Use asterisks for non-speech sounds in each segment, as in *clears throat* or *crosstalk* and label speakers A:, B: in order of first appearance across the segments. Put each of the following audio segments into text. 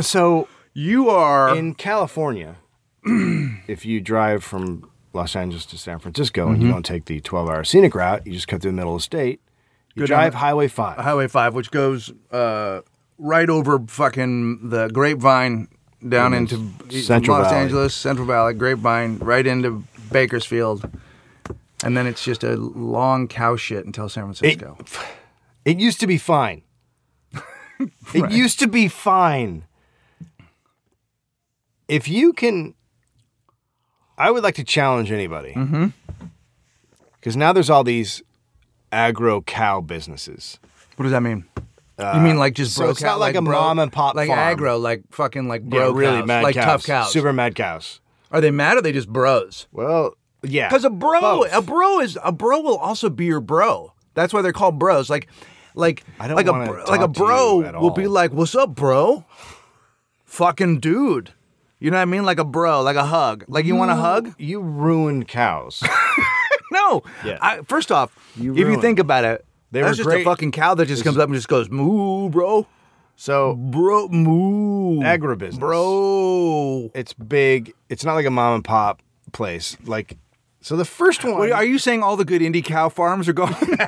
A: so
B: You are
A: in California, *clears throat* if you drive from Los Angeles to San Francisco and you
B: Mm-hmm.
A: don't take the 12 hour scenic route, you just cut through the middle of the state, you
B: Go down
A: drive
B: the-
A: Highway 5.
B: Highway 5, which goes uh, right over fucking the Grapevine down into
A: Central
B: Los
A: Valley.
B: Angeles, Central Valley, Grapevine, right into Bakersfield. And then it's just a long cow shit until San Francisco.
A: it used to be fine.
B: *laughs*
A: It used to be fine. If you can, I would like to challenge anybody. Because
B: Mm-hmm.
A: now there's all these agro cow businesses.
B: what does that mean?
A: Uh,
B: you mean like just
A: so
B: bro
A: it's
B: cow-
A: not like a
B: bro-
A: mom and pop
B: like
A: farm.
B: aggro, like fucking like bro cows, like tough cows.
A: super mad cows.
B: Are they mad? Or are they just bros?
A: Well, yeah,
B: Because a bro,
A: Both.
B: a bro is a bro will also be your bro. That's why they're called bros. Like, like,
A: I don't
B: like a
A: wanna
B: bro- like a
A: talk to you
B: bro
A: at
B: will be
A: all.
B: like, "What's up, bro? Fucking dude." You know what I mean? Like a bro, like a hug. Like you want a hug?
A: You ruined
B: *laughs*
A: cows.
B: No.
A: Yeah.
B: I, first off,
A: You
B: if you
A: ruined
B: think about it,
A: They
B: that's
A: were
B: just a
A: great.
B: fucking cow that just comes up and just goes, "Moo, bro,
A: so
B: bro, moo,
A: agribusiness,
B: bro."
A: It's big. It's not like a mom and pop place. Like, so the first one.
B: Wait, are you saying all the good indie cow farms are gone? *laughs* Wait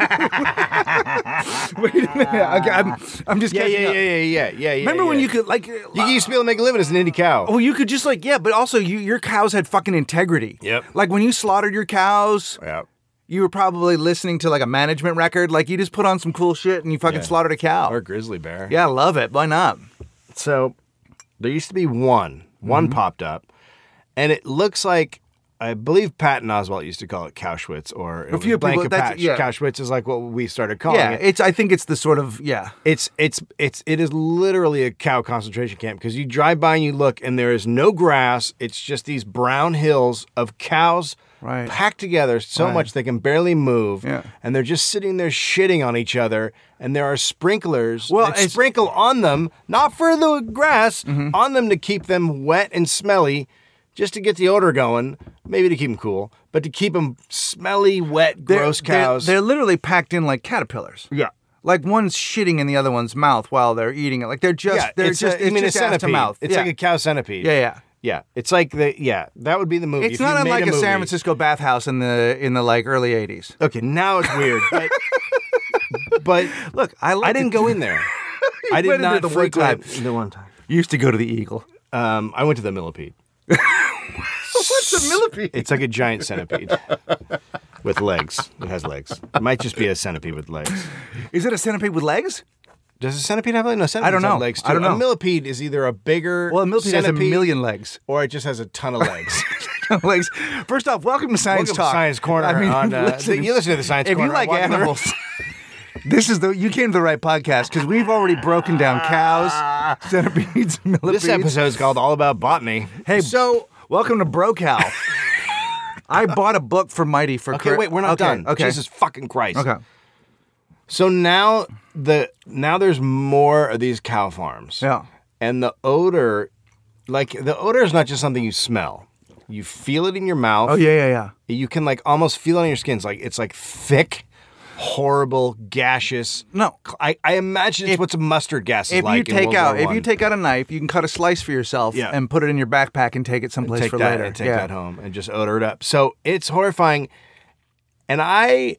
B: a minute. Okay, I'm, I'm just
A: yeah,
B: catching
A: yeah, yeah,
B: up.
A: yeah, yeah, yeah, yeah.
B: Remember when
A: yeah.
B: you Oh, could like
A: You used to be able to make a living as an indie cow.
B: Well, you could just like yeah, but also you your cows had fucking integrity.
A: Yep.
B: Like when you slaughtered your cows,
A: yeah.
B: you were probably listening to like a management record. Like you just put on some cool shit and you fucking
A: Yeah.
B: slaughtered a cow.
A: Or a grizzly bear.
B: yeah, I love it. Why not?
A: So there used to be one.
B: Mm-hmm.
A: One popped up, and it looks like I believe Patton Oswalt used to call it Cowschwitz or a
B: few people- that's- yeah.
A: Cowschwitz is like what we started calling
B: yeah,
A: it.
B: it's I think it's the sort of yeah.
A: It's it's it's it is literally a cow concentration camp because you drive by and you look and there is no grass. It's just these brown hills of cows
B: Right.
A: packed together so much they can barely move.
B: Yeah.
A: And they're just sitting there shitting on each other. And there are sprinklers
B: Well,
A: that
B: it's- Mm-hmm.
A: sprinkle on them, not for the grass, on them to keep them wet and smelly, just to get the odor going. Maybe to keep them cool, but to keep them smelly, wet,
B: They're-
A: gross
B: they're-
A: cows.
B: they're literally packed in like caterpillars.
A: yeah.
B: Like one's shitting in the other one's mouth while they're eating it. Like they're just
A: Yeah,
B: they're
A: it's
B: just
A: just, I mean, a
B: it's just ass
A: centipede.
B: to mouth.
A: It's
B: yeah.
A: like a cow centipede.
B: yeah yeah.
A: yeah. It's like the yeah. That would be the movie.
B: It's
A: If you
B: not
A: made
B: unlike a, San
A: movie-
B: Francisco bathhouse in the in the like early '80s.
A: Okay, now it's weird,
B: *laughs*
A: but but
B: Look, I like
A: I didn't go in
B: *laughs*
A: there. I
B: went
A: did
B: in there
A: not
B: the one
A: frequent
B: time.
A: the one time.
B: used to go to the Eagle.
A: Um, I went to the millipede.
B: *laughs* What's a millipede?
A: It's like a giant centipede with legs. It has legs. It might just be a centipede with legs.
B: Is it a centipede with legs?
A: Does a centipede have legs? No, centipedes
B: don't know.
A: have legs too.
B: I don't know.
A: A millipede is either a bigger
B: Well, a millipede
A: centipede
B: has a million legs. *laughs*
A: or it just has a ton of legs.
B: legs. First off, welcome to Science
A: Welcome to
B: Talk,
A: Science Corner. on, uh,
B: listen,
A: you listen to the Science
B: if
A: Corner.
B: you like
A: on Walking the
B: animals. *laughs* This is the you came to the right podcast because we've already broken
A: *laughs*
B: down cows, centipedes, *laughs* millipedes.
A: This episode's called All About Botany.
B: Hey,
A: so
B: welcome to
A: *laughs*
B: Bro Cow. I bought a book for Mighty for
A: okay,
B: Cur-
A: wait, we're not
B: okay,
A: done.
B: Okay,
A: Jesus fucking Christ.
B: okay.
A: So now the now there's more of these cow farms.
B: Yeah.
A: And the odor, like the odor is not just something you smell. You feel it in your mouth.
B: Oh yeah, yeah, yeah.
A: You can like almost feel it on your skin. It's like it's like thick, horrible, gaseous.
B: No.
A: I, I imagine it's what's mustard gas is
B: if
A: like.
B: you
A: in
B: take
A: World
B: out
A: War
B: if you
A: One.
B: take out a knife, you can cut a slice for yourself
A: Yeah.
B: and put it in your backpack and take it someplace
A: take
B: for
A: that
B: later.
A: and take
B: yeah.
A: that home and just odor it up. So it's horrifying. And I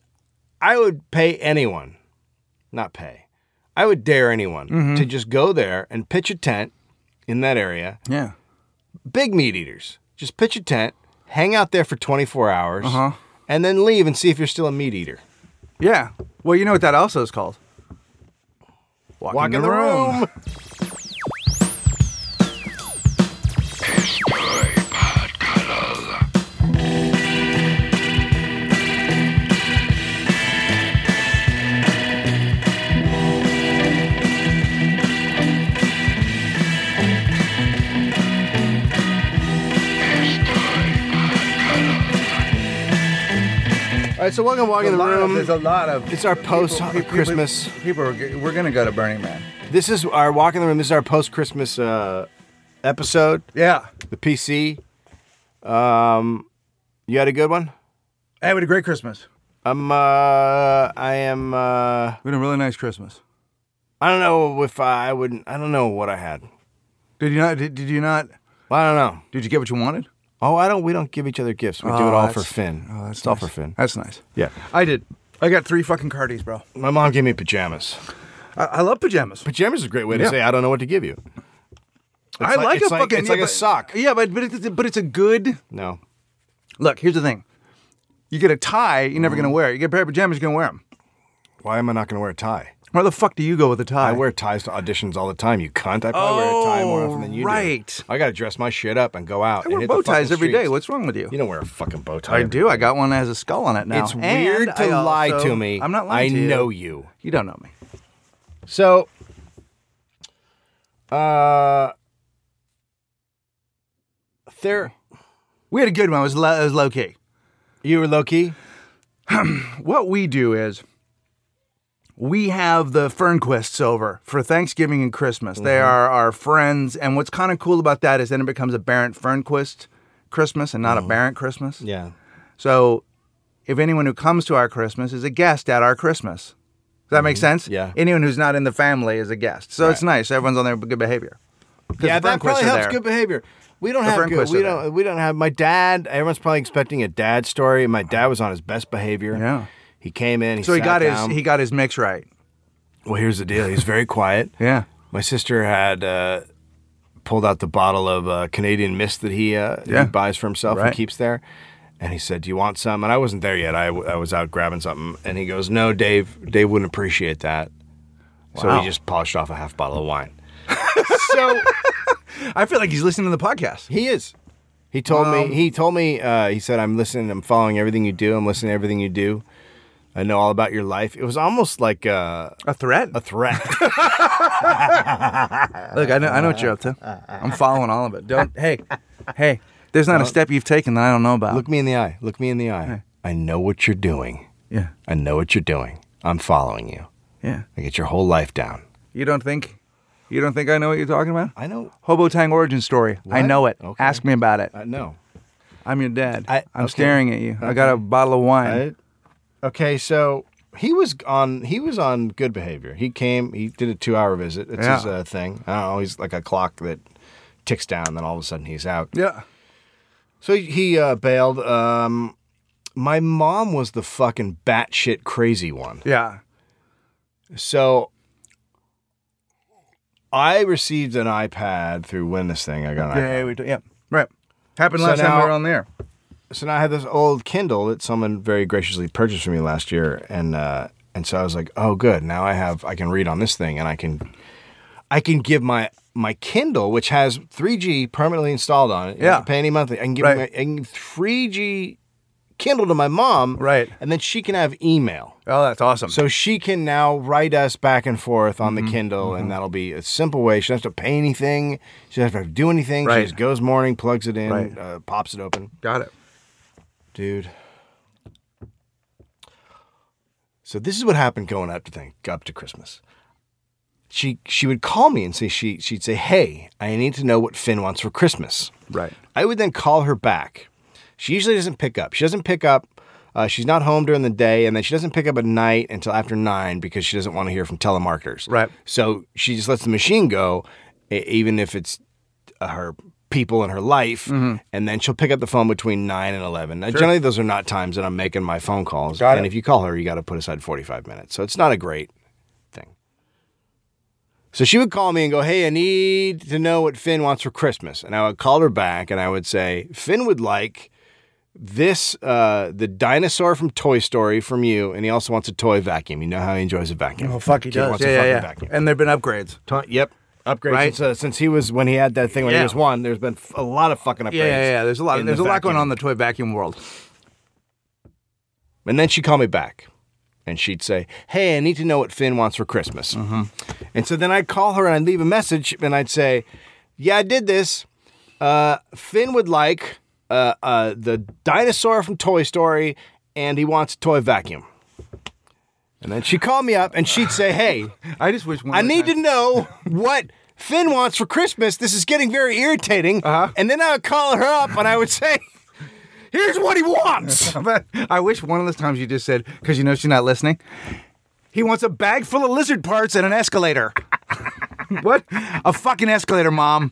A: I would pay anyone, not pay. I would dare anyone
B: Mm-hmm.
A: to just go there and pitch a tent in that area.
B: Yeah.
A: Big meat eaters. Just pitch a tent, hang out there for 24 hours,
B: Uh-huh.
A: and then leave and see if you're still a meat eater.
B: Yeah. Well, you know what that also is called. Walk,
A: Walk in the room. All right, so welcome to Walk in the Room.
B: there's a lot of.
A: It's our post Christmas.
B: People, are, g- we're gonna go to Burning Man.
A: This is our walk in the room. This is our post Christmas uh, episode.
B: Yeah.
A: The PC. Um, you had a good one.
B: Hey, we had a great Christmas.
A: I'm. Uh, I am. Uh,
B: We had a really nice Christmas.
A: I don't know if I, wouldn't. I don't know what I had.
B: Did you not? Did, did you not?
A: Well, I don't know.
B: Did you get what you wanted?
A: Oh, I don't. We don't give each other gifts. We do
B: Oh,
A: it all for
B: that's-
A: Finn.
B: Oh, that's
A: it's
B: nice.
A: all for Finn.
B: That's nice.
A: Yeah.
B: I did. I got three fucking Cardis, bro.
A: My mom gave me pajamas.
B: I, I love pajamas.
A: Pajamas is a great way
B: Yeah.
A: to say I don't know what to give you. It's
B: I like, a
A: it's like,
B: fucking.
A: It's
B: yeah,
A: like a
B: but-
A: sock.
B: Yeah, but but it's, but it's a good
A: No.
B: look. Here's the thing. You get a tie, you're never
A: Mm.
B: gonna wear. it. You get a pair of pajamas, you're gonna wear them.
A: Why am I not going to wear a tie?
B: Where the fuck do you go with a tie?
A: I wear ties to auditions all the time. You cunt. I probably wear a tie more
B: Oh,
A: often than you
B: right.
A: do. I got to dress my shit up and go out.
B: I
A: and
B: wear
A: hit
B: bow
A: the fucking
B: ties every day.
A: streets.
B: What's wrong with you?
A: You don't wear a fucking bow tie.
B: I
A: every-
B: do. I got one that has a skull on it now.
A: It's
B: And
A: weird to
B: I
A: lie
B: also-
A: to me.
B: I'm not lying
A: I
B: to you.
A: know you.
B: You don't know me.
A: So, uh, there
B: We had a good one. It was low, it was low key.
A: you were low key.
B: What we do is we have the Fernquists over for Thanksgiving and Christmas. They
A: Mm-hmm.
B: are our friends. And what's kind of cool about that is then it becomes a Barrett Fernquist Christmas and
A: Mm-hmm.
B: not a Barrett Christmas.
A: Yeah.
B: So if anyone who comes to our Christmas is a guest at our Christmas. Does that make sense?
A: Mm-hmm. Yeah.
B: Anyone who's not in the family is a guest. So it's nice. Everyone's on their good behavior. 'Cause
A: Yeah,
B: the
A: that probably
B: Fernquists are
A: helps
B: there.
A: good behavior. We don't
B: The
A: have good,
B: Fernquists
A: we
B: are
A: don't we don't have my dad. Everyone's probably expecting a dad story. My dad was on his best behavior.
B: Yeah.
A: He came in. He
B: So he
A: sat
B: got
A: down.
B: his he got his mix right.
A: Well, here's the deal. He's
B: *laughs*
A: very quiet.
B: Yeah.
A: My sister had uh, pulled out the bottle of uh, Canadian mist that he, uh,
B: Yeah.
A: he buys for himself
B: Right.
A: and keeps there. And he said, "Do you want some?" And I wasn't there yet. I, w- I was out grabbing something. And he goes, "No, Dave. Dave wouldn't appreciate that." So
B: Wow.
A: he just polished off a half bottle of
B: *laughs*
A: wine. so
B: I feel like he's listening to the podcast.
A: he is. He told
B: Um,
A: me. He told me. Uh, he said, "I'm listening. I'm following everything you do. I'm listening to everything you do. I know all about your life." It was almost like a,
B: A threat?
A: a threat.
B: Uh, Look, I know, I know what you're up to. I'm following all of it. Don't. Hey, hey. There's not a step you've taken that I don't know about.
A: Look me in the eye. Look me in the eye. I know what you're doing.
B: Yeah.
A: I know what you're doing. I'm following you.
B: Yeah.
A: I get your whole life down.
B: You don't think? You don't think I know what you're talking about?
A: I know.
B: Hobo Tang origin story. I
A: What?
B: know it.
A: Okay.
B: Ask me about it.
A: I know.
B: I'm your dad. I,
A: I-
B: am
A: okay.
B: staring at you. I got a bottle of wine.
A: okay, so he was on. He was on good behavior. He came. He did a two-hour visit. It's his
B: Yeah.
A: uh, thing. I don't know. He's like a clock that ticks down. Then all of a sudden he's out.
B: yeah.
A: So he, he uh, bailed. Um, my mom was the fucking batshit crazy one.
B: Yeah.
A: So I received an iPad through when this thing I got an iPad.
B: Yeah. We do. Yeah. Right. Happened
A: So
B: last time we
A: now-
B: were on there.
A: So now I had this old Kindle that someone very graciously purchased for me last year, and uh, and so I was like, oh, good. Now I have I can read on this thing, and I can I can give my my Kindle, which has 3G permanently installed on it. You don't have to
B: Yeah.
A: pay any monthly. I can give
B: Right.
A: my I can give 3G Kindle to my mom,
B: Right.
A: And then she can have email.
B: Oh, that's awesome.
A: So she can now write us back and forth on
B: Mm-hmm.
A: the Kindle, and that'll be a simple way. She doesn't have to pay anything. She doesn't have to do anything.
B: Right.
A: She just goes morning, plugs it in,
B: Right.
A: uh, pops it open.
B: got it.
A: Dude. So this is what happened going up to thing, up to Christmas. She she would call me and say she she'd say, "Hey, I need to know what Finn wants for Christmas."
B: Right.
A: I would then call her back. She usually doesn't pick up. She doesn't pick up. Uh, she's not home during the day, and then she doesn't pick up at night until after nine because she doesn't want to hear from telemarketers.
B: Right.
A: So she just lets the machine go, e- even if it's uh, her people in her life,
B: Mm-hmm.
A: and then she'll pick up the phone between nine and eleven. Now, generally, those are not times that I'm making my phone calls.
B: Got
A: and
B: it.
A: if you call her, you got to put aside forty five minutes. So it's not a great thing. So she would call me and go, Hey, I need to know what Finn wants for Christmas. And I would call her back and I would say, Finn would like this, uh, the dinosaur from Toy Story from you. And he also wants a toy vacuum. You know how he enjoys a vacuum.
B: Oh, fuck, he
A: Kid
B: does.
A: wants
B: Yeah,
A: a
B: yeah,
A: fucking
B: yeah.
A: vacuum.
B: And there've been upgrades.
A: Ton- yep. Upgrades.
B: Right.
A: Since, uh, since he was, when he had that thing when
B: Yeah.
A: he was one, there's been f- a lot of fucking upgrades.
B: Yeah, yeah, yeah. There's a lot.
A: in
B: there's
A: the
B: a lot going
A: vacuum.
B: on in the toy vacuum world.
A: And then she'd call me back and she'd say, Hey, I need to know what Finn wants for Christmas. And so then I'd call her and I'd leave a message and I'd say, Yeah, I did this. Uh, Finn would like uh, uh, the dinosaur from Toy Story and he wants a toy vacuum. And then she'd call me up and she'd say, Hey,
B: I just wish. One *laughs*
A: I need to know what Finn wants for Christmas. This is getting very irritating.
B: Uh-huh.
A: And then I would call her up and I would say, Here's what he wants.
B: *laughs* But I wish one of those times you just said, because you know she's not listening. He wants a *laughs* bag full of lizard parts and an escalator. what? A fucking escalator, mom.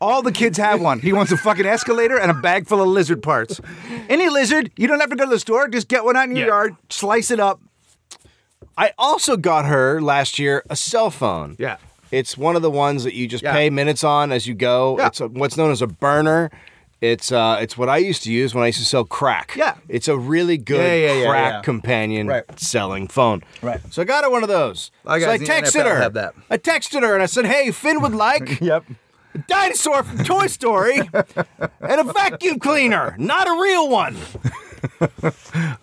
B: All the kids have one. He wants a fucking escalator and a bag full of lizard parts. Any lizard, you don't have to go to the store. Just get one out in your
A: Yeah.
B: yard, slice it up.
A: I also got her last year a cell phone.
B: Yeah.
A: It's one of the ones that you just
B: Yeah.
A: pay minutes on as you go.
B: Yeah.
A: It's a, what's known as a burner. It's uh, it's what I used to use when I used to sell crack.
B: Yeah.
A: It's a really good
B: Yeah, yeah, yeah,
A: crack
B: yeah.
A: companion
B: Right.
A: selling phone.
B: Right.
A: So I got her one of those.
B: I
A: so I
B: got the
A: texted
B: NFL
A: her.
B: have that.
A: I texted her and I said, "Hey, Finn would
B: *laughs*
A: like
B: Yep.
A: a dinosaur from Toy
B: *laughs*
A: Story and a vacuum cleaner, not a real one."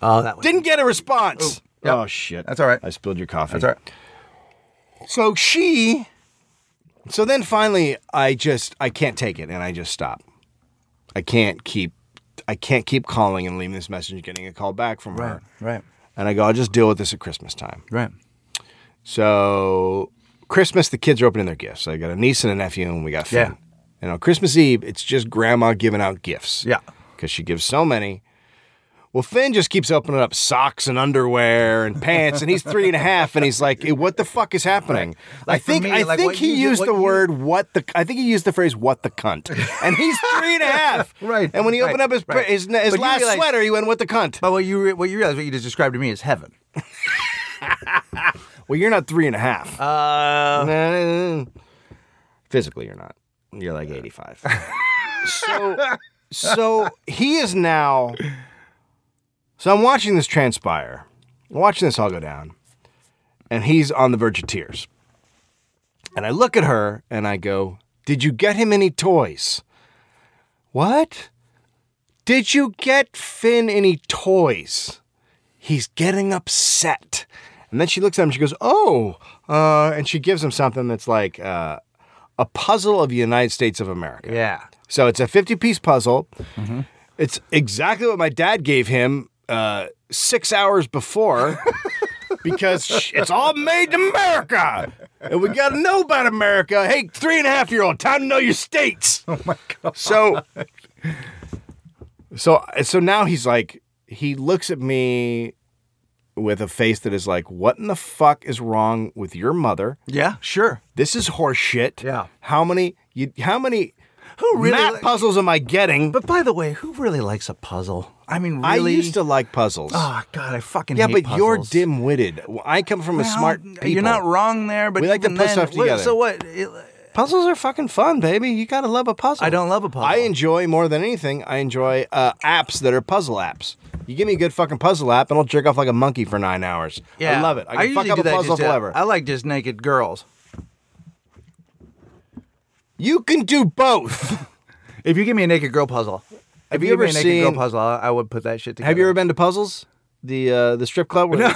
B: Oh, that one.
A: Didn't get a response.
B: Yep.
A: Oh shit.
B: That's all right.
A: I spilled your coffee.
B: That's all right.
A: So she. So then finally, I just I can't take it, and I just stop. I can't keep. I can't keep calling and leaving this message, and getting a call back from her,
B: Right.
A: and I go, I'll just deal with this at Christmas time.
B: Right.
A: So Christmas, the kids are opening their gifts. I got a niece and a nephew, and we got Finn.
B: Yeah.
A: And on Christmas Eve, it's just grandma giving out gifts.
B: Yeah.
A: Because she gives so many. Well, Finn just keeps opening up socks and underwear and pants, and he's three and a half, and he's like, "Eh, "What the fuck is happening?"
B: Like,
A: I
B: for
A: think
B: me,
A: I
B: like,
A: think
B: what
A: he
B: you did-
A: used
B: what
A: the
B: you-
A: word "what the." I think he used the phrase "what the cunt," and he's three
B: *laughs*
A: and a half.
B: Right,
A: And when he
B: right,
A: opened up his
B: right.
A: his, his
B: But you
A: last
B: realize-
A: sweater, he went "what the cunt."
B: But what you re- what you realize what you just described to me is heaven.
A: Well, you're not three and a half.
B: Uh,
A: Uh, physically you're not you're like 85 so so he is now so i'm watching this transpire i'm watching this all go down and he's on the verge of tears and i look at her and i go did you get him any toys what did you get finn any toys he's getting upset. And then she looks at him, she goes, Oh, uh, and she gives him something that's like uh, a puzzle of the United States of America.
B: yeah.
A: So it's a 50 piece puzzle. It's exactly what my dad gave him uh, six hours *laughs* before because sh- it's all made in America. And we got to know about America. Hey, three and a half year old, time to know your states. *laughs* Oh my God. So, so, so now he's like, he looks at me with a face that is like, what in the fuck is wrong with your mother?
B: Yeah. Sure.
A: This is horseshit.
B: Yeah.
A: How many, you, how many,
B: Who really?
A: map
B: li-
A: puzzles am I getting?
B: but by the way, who really likes a puzzle? I mean,
A: I
B: really.
A: used to like puzzles.
B: Oh God, I fucking
A: yeah,
B: hate
A: but you're
B: puzzles.
A: dim-witted. I come from a
B: Well,
A: smart. People.
B: You're not wrong there, but
A: We like to
B: even
A: put
B: then,
A: stuff
B: what-
A: together.
B: So what? It-
A: Puzzles are fucking fun, baby. You gotta love a puzzle.
B: I don't love a puzzle.
A: I enjoy more than anything. I enjoy uh, apps that are puzzle apps. You give me a good fucking puzzle app, and I'll jerk off like a monkey for nine hours. I love it. I can fuck
B: usually
A: up
B: do
A: a
B: that
A: puzzle
B: just to-
A: forever.
B: I like just naked girls.
A: you can do both.
B: *laughs* If you give me a naked girl puzzle,
A: you
B: if you give me
A: ever
B: a naked girl
A: seen-
B: puzzle, I, I would put that shit together.
A: Have you ever been to puzzles? The uh, the strip club where, they,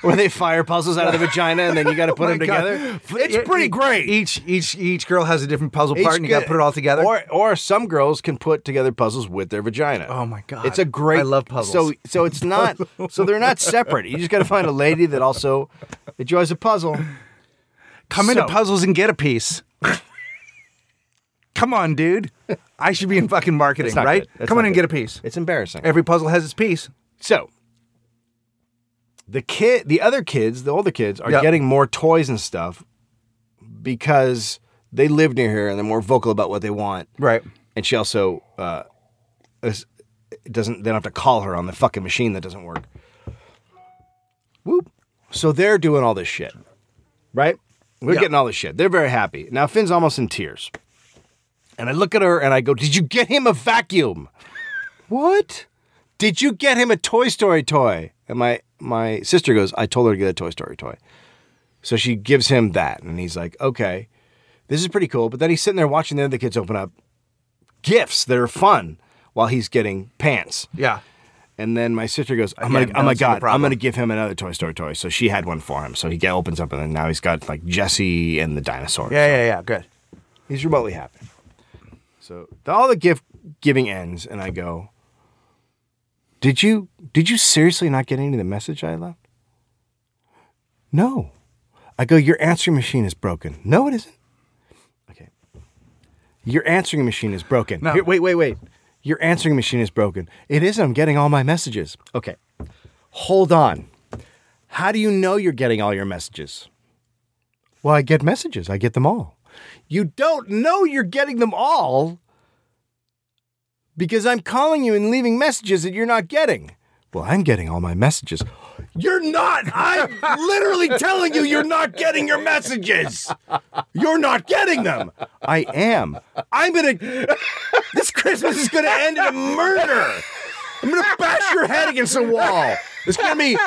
A: where they fire puzzles out of the vagina, and then you got to put them
B: God.
A: together.
B: Yeah,
A: It's pretty
B: e-
A: great.
B: Each each each girl has a different puzzle
A: Each
B: part, and you got to
A: good-
B: put it all together.
A: Or or some girls can put together puzzles with their vagina.
B: Oh my God.
A: It's a great
B: I love puzzles.
A: So so it's not so they're not separate. You just gotta find a lady that also enjoys a puzzle.
B: Come into
A: so-
B: puzzles and get a piece. Come on, dude. I should be in fucking marketing,
A: That's not
B: right?
A: good. That's
B: Come on
A: not
B: and
A: good.
B: get a piece.
A: It's embarrassing.
B: Every puzzle has its piece.
A: So the kid the other kids, the older kids, are
B: Yeah.
A: getting more toys and stuff because they live near here and they're more vocal about what they want.
B: Right.
A: and she also uh, is, doesn't. They don't have to call her on the fucking machine that doesn't work. Whoop. So they're doing all this shit, right? We're
B: Yeah.
A: getting all this shit. They're very happy now. Finn's almost in tears, and I look at her and I go, "Did you get him a vacuum? what? Did you get him a Toy Story toy?" And my my sister goes, "I told her to get a Toy Story toy." So she gives him that, and he's like, "Okay." This is pretty cool, but then he's sitting there watching the other kids open up gifts that are fun while he's getting pants.
B: Yeah.
A: And then my sister goes, "I'm
B: Again,
A: gonna, oh my
B: that's the
A: god, I'm
B: problem.
A: gonna give him another Toy Story toy." So she had one for him. So he get, opens up, and then now he's got like Jesse and the dinosaur.
B: Yeah, yeah, yeah. Good.
A: he's remotely happy. So the- all the gift giving ends, and I go, "Did you did you seriously not get any of the message I left?" No, I go. Your answering machine is broken. No, it isn't. Okay. Your answering machine is broken.
B: No.
A: Here, wait, wait, wait. Your answering machine is broken. It is. I'm getting all my messages. Okay. Hold on. How do you know you're getting all your messages? Well, I get messages. I get them all. You don't know you're getting them all because I'm calling you and leaving messages that you're not getting. Well, I'm getting all my messages. *gasps* You're not. I'm literally telling you, you're not getting your messages. You're not getting them. I am. I'm going to. This Christmas is going to end in a murder. I'm going to bash your head against a wall. There's going to be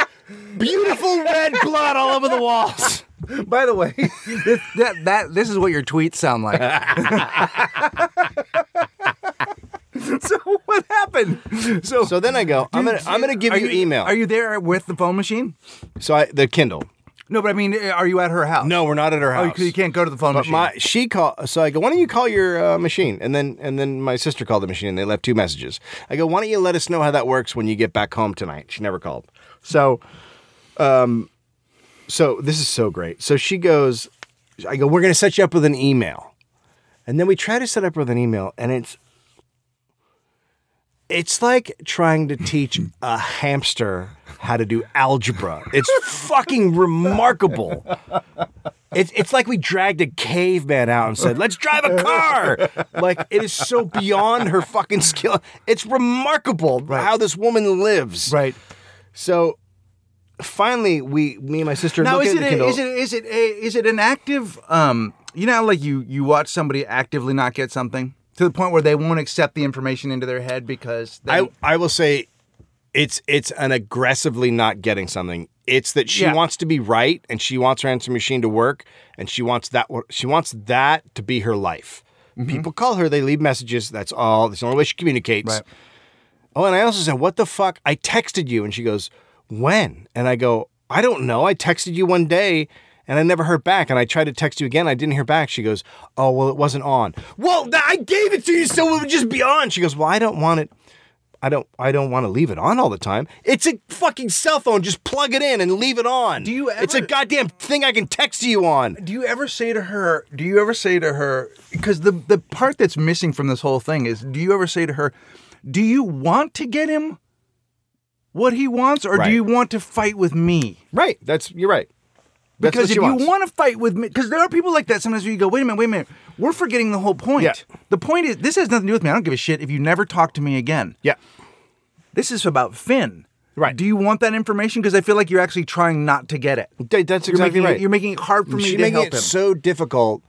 A: beautiful red blood all over the walls.
B: By the way, this, that, that this is what your tweets sound like. *laughs* so what happened? So,
A: So then I go, I'm going to I'm going to give
B: are
A: you email.
B: Are you there with the phone machine?
A: so I the Kindle.
B: No, but I mean, eh, are you at her house?
A: No, we're not at her
B: Oh,
A: house.
B: 'cause you can't go to the phone
A: But
B: machine.
A: my she call so I go, why don't you call your uh, machine? And then and then my sister called the machine and they left two messages. I go, why don't you let us know how that works when you get back home tonight? She never called. So, um, so this is so great. So she goes, I go, we're gonna set you up with an email, and then we try to set up with an email, and it's it's like trying to teach a hamster how to do algebra. It's fucking remarkable. It's it's like we dragged a caveman out and said, "Let's drive a car." like it is so beyond her fucking skill. It's remarkable how this woman lives.
B: right.
A: So finally, we, me and my sister,
B: Now
A: look
B: is
A: at
B: it,
A: the
B: a,
A: Kindle.
B: is it is it a, is it an active? Um, you know, how, like you you watch somebody actively not get something to the point where they won't accept the information into their head because they,
A: I I will say, it's it's an aggressively not getting something. It's that she
B: Yeah.
A: wants to be right and she wants her answer machine to work and she wants that she wants that to be her life.
B: Mm-hmm.
A: People call her, they leave messages. That's all. That's the only way she communicates.
B: Right.
A: Oh, and I also said, "What the fuck?" I texted you, and she goes, "When?" And I go, "I don't know. I texted you one day." And I never heard back, and I tried to text you again. I didn't hear back. She goes, "Oh well, it wasn't on." Well, th- I gave it to you, so it would just be on. She goes, "Well, I don't want it. I don't. I don't want to leave it on all the time. It's a fucking cell phone. Just plug it in and leave it on. Do
B: you
A: It's a
B: ever-
A: goddamn thing I can text you on.
B: Do you ever say to her, do you ever say to her, because the, the part that's missing from this whole thing is, do you ever say to her, do you want to get him what he wants or
A: Right.
B: do you want to fight with me?
A: Right. That's you're right. That's what
B: Because if
A: she
B: you
A: wants.
B: want to fight with me, because there are people like that sometimes where you go, wait a minute, wait a minute, we're forgetting the whole point.
A: Yeah.
B: The point is, this has nothing to do with me. I don't give a shit if you never talk to me again.
A: yeah.
B: This is about Finn.
A: Right.
B: Do you want that information? Because I feel like you're actually trying not to get it.
A: Th- That's
B: You're
A: exactly
B: making
A: right.
B: it, you're making it hard for me
A: She's
B: to
A: making
B: help
A: it
B: him.
A: so difficult.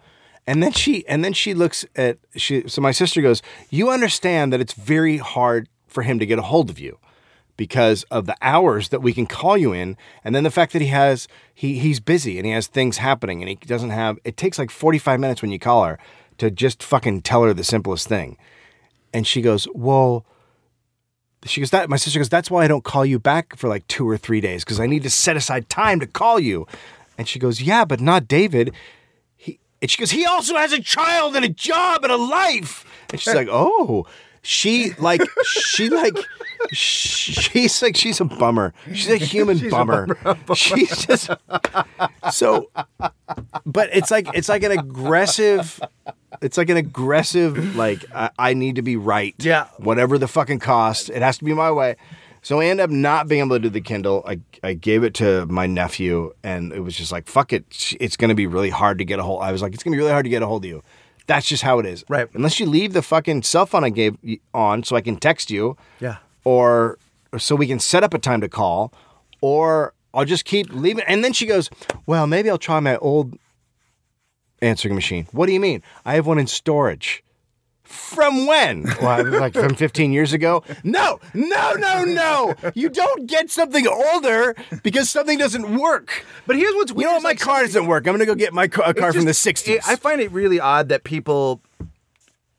A: And then she and then she looks at she so my sister goes, "You understand that it's very hard for him to get a hold of you because of the hours that we can call you in and then the fact that he has he he's busy and he has things happening and he doesn't have it takes like 45 minutes when you call her to just fucking tell her the simplest thing." And she goes, "Well, she goes that my sister goes that's why i don't call you back for like two or three days because i need to set aside time to call you and she goes yeah but not david he and she goes he also has a child and a job and a life and she's like oh she like she like she's like she's a bummer *laughs* she's a human bummer. she's just so but it's like it's like an aggressive it's like an aggressive like I, I need to be right
B: Yeah.
A: whatever the fucking cost it has to be my way so i end up not being able to do the kindle i, I gave it to my nephew and it was just like fuck it Sh- it's going to be really hard to get a hold i was like it's going to be really hard to get a hold of you that's just how it is
B: Right.
A: unless you leave the fucking cell phone i gave you on so i can text you
B: Yeah.
A: or so we can set up a time to call, or I'll just keep leaving. And then she goes, Well, maybe I'll try my old answering machine. What do you mean? I have one in storage. From when? *laughs* Well, like from 15 years ago? No, no, no, no. You don't get something older because something doesn't work.
B: But here's what's
A: You
B: weird.
A: know what?
B: is,
A: My
B: like,
A: car doesn't work. I'm going to go get my car, a car from the
B: just-
A: 60s.
B: it- I find it really odd that people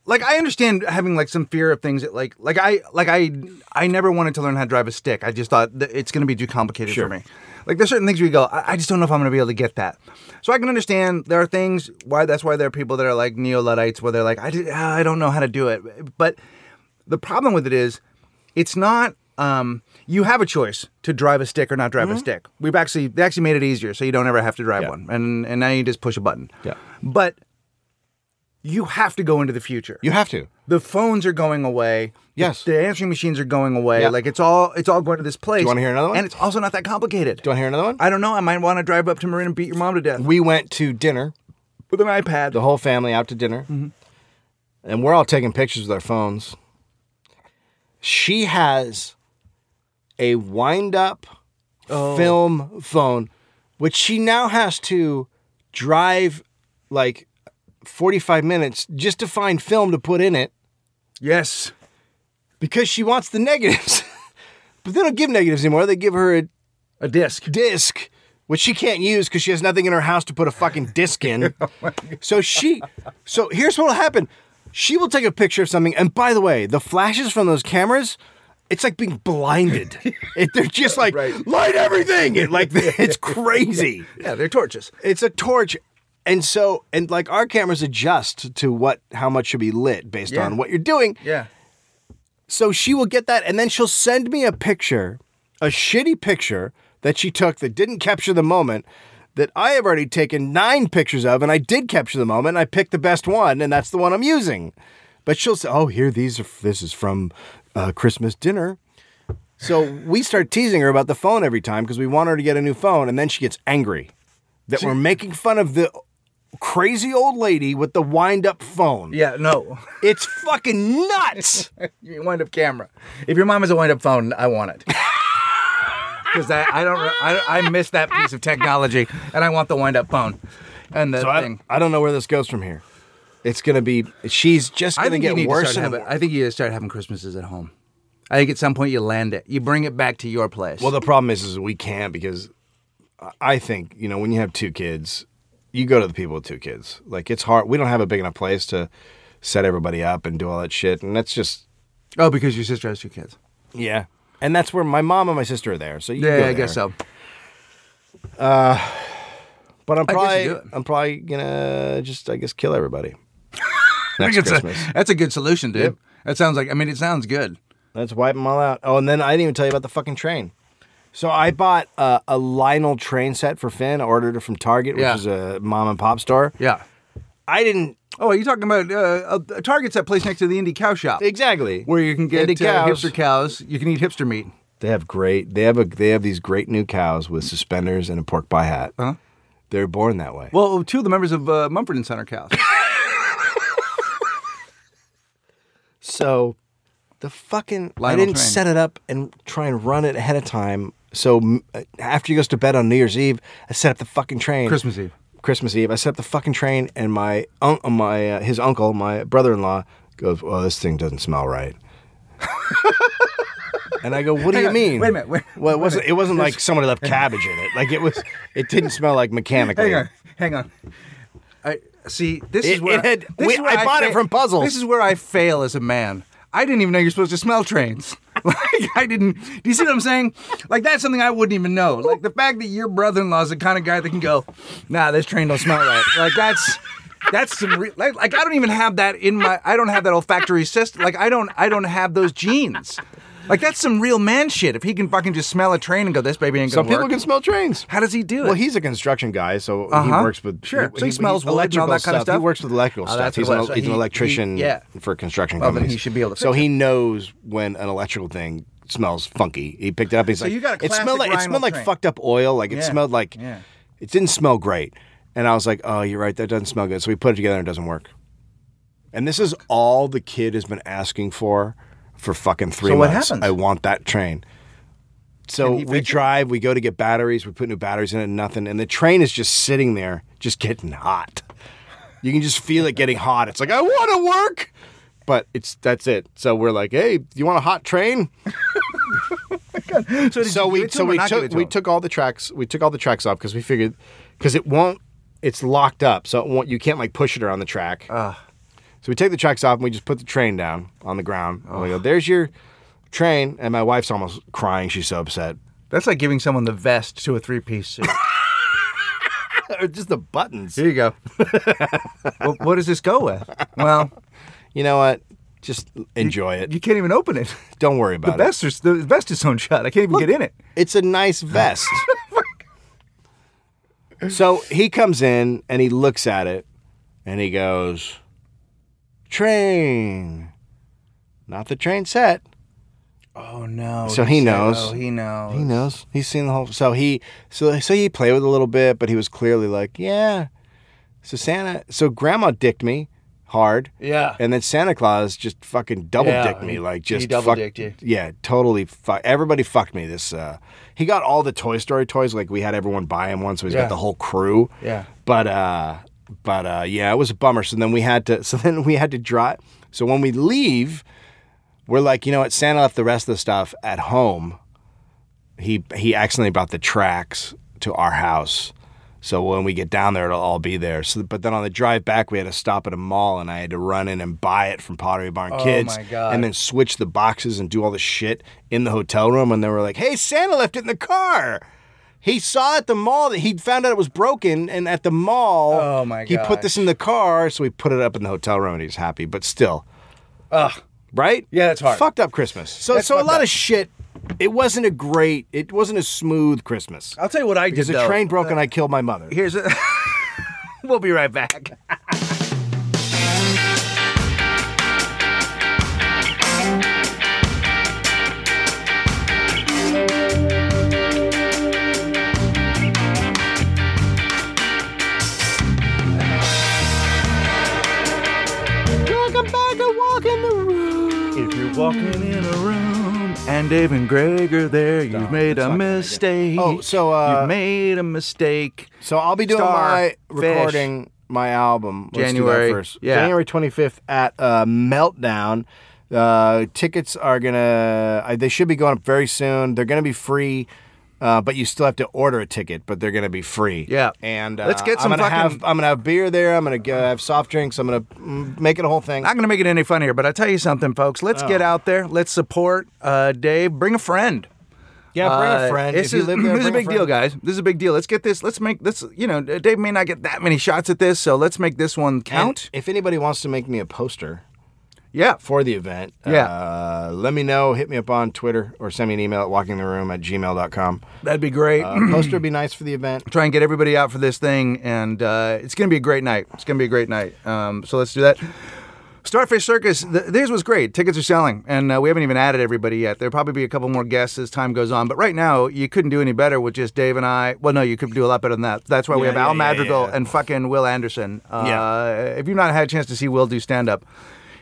B: like I understand having like some fear of things that like like I like I I never wanted to learn how to drive a stick. I just thought that it's going to be too complicated
A: Sure.
B: for me. Like there's certain things we go, I, I just don't know if I'm going to be able to get that. So I can understand there are things why that's why there are people that are like neo luddites where they're like I did, ah, I don't know how to do it. But the problem with it is it's not um, you have a choice to drive a stick or not drive a stick. We've actually they actually made it easier so you don't ever have to drive
A: Mm-hmm. Yeah.
B: one. And and now you just push a button.
A: Yeah.
B: But you have to go into the future.
A: you have to.
B: the phones are going away.
A: Yes.
B: The answering machines are going away.
A: Yeah.
B: Like it's all it's all going to this place. Do
A: wanna hear another one?
B: And it's also not that complicated.
A: Do you want to hear another one?
B: I don't know. I might want to drive up to Marin and beat your mom to death.
A: we went to dinner
B: with an iPad.
A: the whole family out to dinner, and we're all taking pictures with our phones. She has a wind up film phone, which she now has to drive like 45 minutes just to find film to put in it
B: yes.
A: because she wants the negatives. *laughs* but they don't give negatives anymore, they give her a
B: A disc.
A: disc, which she can't use because she has nothing in her house to put a fucking disc
B: *laughs*
A: in.
B: Oh
A: so she, so here's what will happen: she will take a picture of something, and by the way, the flashes from those cameras. It's like being
B: *laughs*
A: blinded. It, they're just like
B: Right.
A: light everything. It,
B: *laughs*
A: like it's crazy.
B: Yeah, they're torches.
A: It's a torch, and so and like our cameras adjust to what how much should be lit based
B: Yeah.
A: on what you're doing.
B: Yeah.
A: So she will get that, and then she'll send me a picture, a shitty picture that she took that didn't capture the moment that I have already taken nine pictures of, and I did capture the moment. And I picked the best one, and that's the one I'm using. But she'll say, "Oh, here these are. This is from uh, Christmas dinner." So we start teasing her about the phone every time because we want her to get a new phone, and then she gets angry that we're making fun of the crazy old lady with the wind-up phone.
B: Yeah, no.
A: It's fucking nuts.
B: You wind up camera. If your mom has a wind up phone, I want *laughs* it. Because I, I don't, I, I miss that piece of technology, and I want the wind up phone, and the
A: So I,
B: thing.
A: I don't know where this goes from here. It's gonna be. She's just
B: I
A: gonna
B: think you
A: get
B: need to
A: worse
B: start
A: and
B: having,
A: worse.
B: I think you need to start having Christmases at home. I think at some point you land it, you bring it back to your place.
A: Well, the problem is, is we can't because I- I think you know when you have two kids, you go to the people with two kids. Like it's hard. We don't have a big enough place to set everybody up and do all that shit. And that's just
B: oh, because your sister has two kids.
A: yeah. And that's where my mom and my sister are there. So you
B: Yeah,
A: go
B: I guess
A: there.
B: so.
A: But I'm
B: guess you
A: probably
B: do it.
A: I'm probably gonna just I guess kill everybody.
B: *laughs* I
A: Next
B: think it's a-
A: Christmas.
B: that's a good solution, dude. That sounds like. I mean, it sounds good.
A: Let's wipe them all out. Oh, and then I didn't even tell you about the fucking train. So I bought uh, a Lionel train set for Finn. I ordered it from Target, which
B: Yeah.
A: is a mom and pop store.
B: Yeah.
A: I didn't
B: Oh, are you talking about uh, uh, Target's that place next to the Indie Cow Shop?
A: exactly
B: where you can get
A: Indie
B: uh,
A: cows.
B: hipster cows. You can eat hipster meat.
A: They have great. They have a. They have these great new cows with suspenders and a pork pie hat.
B: Huh?
A: They're born that way.
B: Well, two of the members of uh, Mumford and Son are cows.
A: *laughs* So, the fucking I
B: Lionel
A: didn't
B: Train.
A: set it up and try and run it ahead of time. So m- uh, after he goes to bed on New Year's Eve, I set up the fucking train.
B: Christmas Eve.
A: Christmas Eve. I set up the fucking train, and my un- uh, my uh, his uncle, my brother-in-law, goes, "Well, this thing doesn't smell right." *laughs* and I go, "What do
B: Hang
A: you
B: on.
A: mean?"
B: Wait a minute. Wait-
A: well, it wasn't. It wasn't like somebody left cabbage in it. Like it was. It didn't smell like mechanically.
B: Hang on, hang on. I see. This is
A: It-
B: where
A: it had-
B: this
A: we-
B: is where
A: I bought it from Puzzles.
B: This is where I fail as a man. I didn't even know you're supposed to smell trains. *laughs* Like I didn't. Do you see what I'm saying? Like that's something I wouldn't even know. Like the fact that your brother-in-law is the kind of guy that can go, "Nah, this train don't smell right." Like that's that's some re- like, like I don't even have that in my. I don't have that olfactory system. Like I don't I don't have those genes. Like that's some real man shit. If he can fucking just smell a train and go, "This baby ain't gonna
A: Some people
B: work."
A: can smell trains.
B: How does he do it?
A: Well, he's a construction guy, so he
B: Uh-huh.
A: works with
B: Sure. So he smells wood and all that kind of stuff?
A: He works with electrical
B: Oh,
A: stuff.
B: that's
A: He's
B: what it
A: an,
B: was. So
A: he's an
B: he- he-
A: electrician
B: yeah.
A: for construction
B: Well, then
A: companies.
B: he should be able to
A: So
B: fix
A: he knows when an electrical thing smells funky. He picked it up. He's like,
B: you got a
A: it smelled
B: classic
A: like it smelled
B: Rhino
A: like
B: train.
A: fucked up oil. Like it
B: Yeah.
A: smelled like
B: Yeah.
A: it didn't smell great. And I was like, oh, you're right. That doesn't smell good. So we put it together and it doesn't work. And this is all the kid has been asking for for fucking three
B: So what
A: months.
B: happens?
A: I want that train. So
B: he
A: we
B: fix it?
A: drive, we go to get batteries, we put new batteries in it, nothing. And the train is just sitting there, just getting hot. You can just feel it getting hot. It's like, I want to work. But it's that's it. So we're like, hey, you want a hot *laughs* train?
B: So, did
A: so
B: you give
A: we
B: it to
A: so
B: him or
A: we
B: not give it
A: took
B: to
A: we
B: him?
A: took all the tracks we took all the tracks off because we figured because it won't it's locked up so it won't you can't like push it around the track. So we take the tracks off and we just put the train down on the ground. And we go, there's your train. And my wife's almost crying. She's so upset.
B: That's like giving someone the vest to a three piece suit.
A: *laughs* or just the buttons.
B: Here you *laughs* go. well, what does this go with? Well,
A: You know what? Just enjoy it.
B: you can't even open it.
A: Don't worry about
B: The vest, is, the vest is sewn shut. I can't even get in it.
A: it. It's a nice vest. so he comes in and he looks at it and he goes, Train. Not the train set.
B: *laughs* Oh, no.
A: So he
B: He's-
A: knows.
B: Oh, he knows.
A: He knows. He's seen the whole so he so so he played with it a little bit, but he was clearly like, Yeah. So Santa, so Grandma dicked me hard,
B: Yeah.
A: and then Santa Claus just fucking double
B: Yeah,
A: dicked me,
B: he-
A: like
B: he
A: just
B: double
A: fuck-
B: dicked you.
A: Yeah, totally. Fuck. Everybody fucked me. This uh, he got all the Toy Story toys. Like we had everyone buy him one, so he's
B: Yeah.
A: got the whole crew.
B: Yeah.
A: But uh, but uh, yeah, it was a bummer. So then we had to. *laughs* So then we had to drive. So when we leave, we're like, you know what? Santa left the rest of the stuff at home. He he accidentally brought the tracks to our house. So when we get down there, it'll all be there. So, but then on the drive back, we had to stop at a mall, and I had to run in and buy it from Pottery Barn Kids,
B: Oh my God.
A: and then switch the boxes and do all the shit in the hotel room. And they were like, "Hey, Santa left it in the car." He saw at the mall that he found out it was broken, and at the mall,
B: Oh, my
A: he put this in the car, so we put it up in the hotel room, and he's happy. But still,
B: Ugh.
A: right?
B: Yeah, that's hard.
A: Fucked up Christmas. So
B: That's
A: so a
B: fucked
A: lot
B: up.
A: of shit. It wasn't a great. It wasn't a smooth Christmas.
B: I'll tell you what I
A: Because
B: did
A: a
B: though.
A: train broke and I killed my mother.
B: Here's a. *laughs* we'll be right back.
A: Welcome back and walk in the room.
B: If you're walking in a room and Dave and Greg are there, you've made a mistake.
A: Oh, so, uh,
B: you've made a mistake.
A: So I'll be doing
B: Star,
A: my
B: fish.
A: recording my album Let's do that
B: January,
A: first.
B: yeah.
A: January 25th at uh, Meltdown. Uh, tickets are gonna I, they should be going up very soon. They're gonna be free. Uh, but you still have to order a ticket, but they're gonna be free.
B: Yeah.
A: and uh,
B: Let's get some
A: I'm gonna
B: fucking-
A: have I'm gonna have beer there. I'm gonna go, have soft drinks. I'm gonna mm, make it a whole thing.
B: Not gonna make it any funnier, but I tell you something, folks. Let's
A: Oh.
B: get out there. Let's support uh, Dave. Bring a friend.
A: yeah, bring
B: Uh,
A: a friend.
B: This
A: If you
B: is,
A: live there,
B: *laughs* this is a
A: bring
B: big
A: friend.
B: deal, guys. This is a big deal. Let's get this. Let's make this. You know, Dave may not get that many shots at this, so let's make this one
A: And
B: count.
A: If anybody wants to make me a poster,
B: yeah.
A: for the event,
B: Yeah.
A: uh, let me know. Hit me up on Twitter or send me an email at walkingtheroom at gmail.com.
B: That'd be great.
A: *clears throat* Uh, poster would be nice for the event.
B: *clears throat* try and get everybody out for this thing, and uh, it's going to be a great night. It's going to be a great night. Um, so let's do that. Starfish Circus, th- theirs was great. Tickets are selling, and uh, we haven't even added everybody yet. There'll probably be a couple more guests as time goes on, but right now you couldn't do any better with just Dave and I. Well, no, you could do a lot better than that. That's why we
A: Yeah,
B: have Al
A: yeah, yeah,
B: Madrigal
A: yeah.
B: and fucking Will Anderson. Uh,
A: Yeah.
B: If you've not had a chance to see Will do stand up,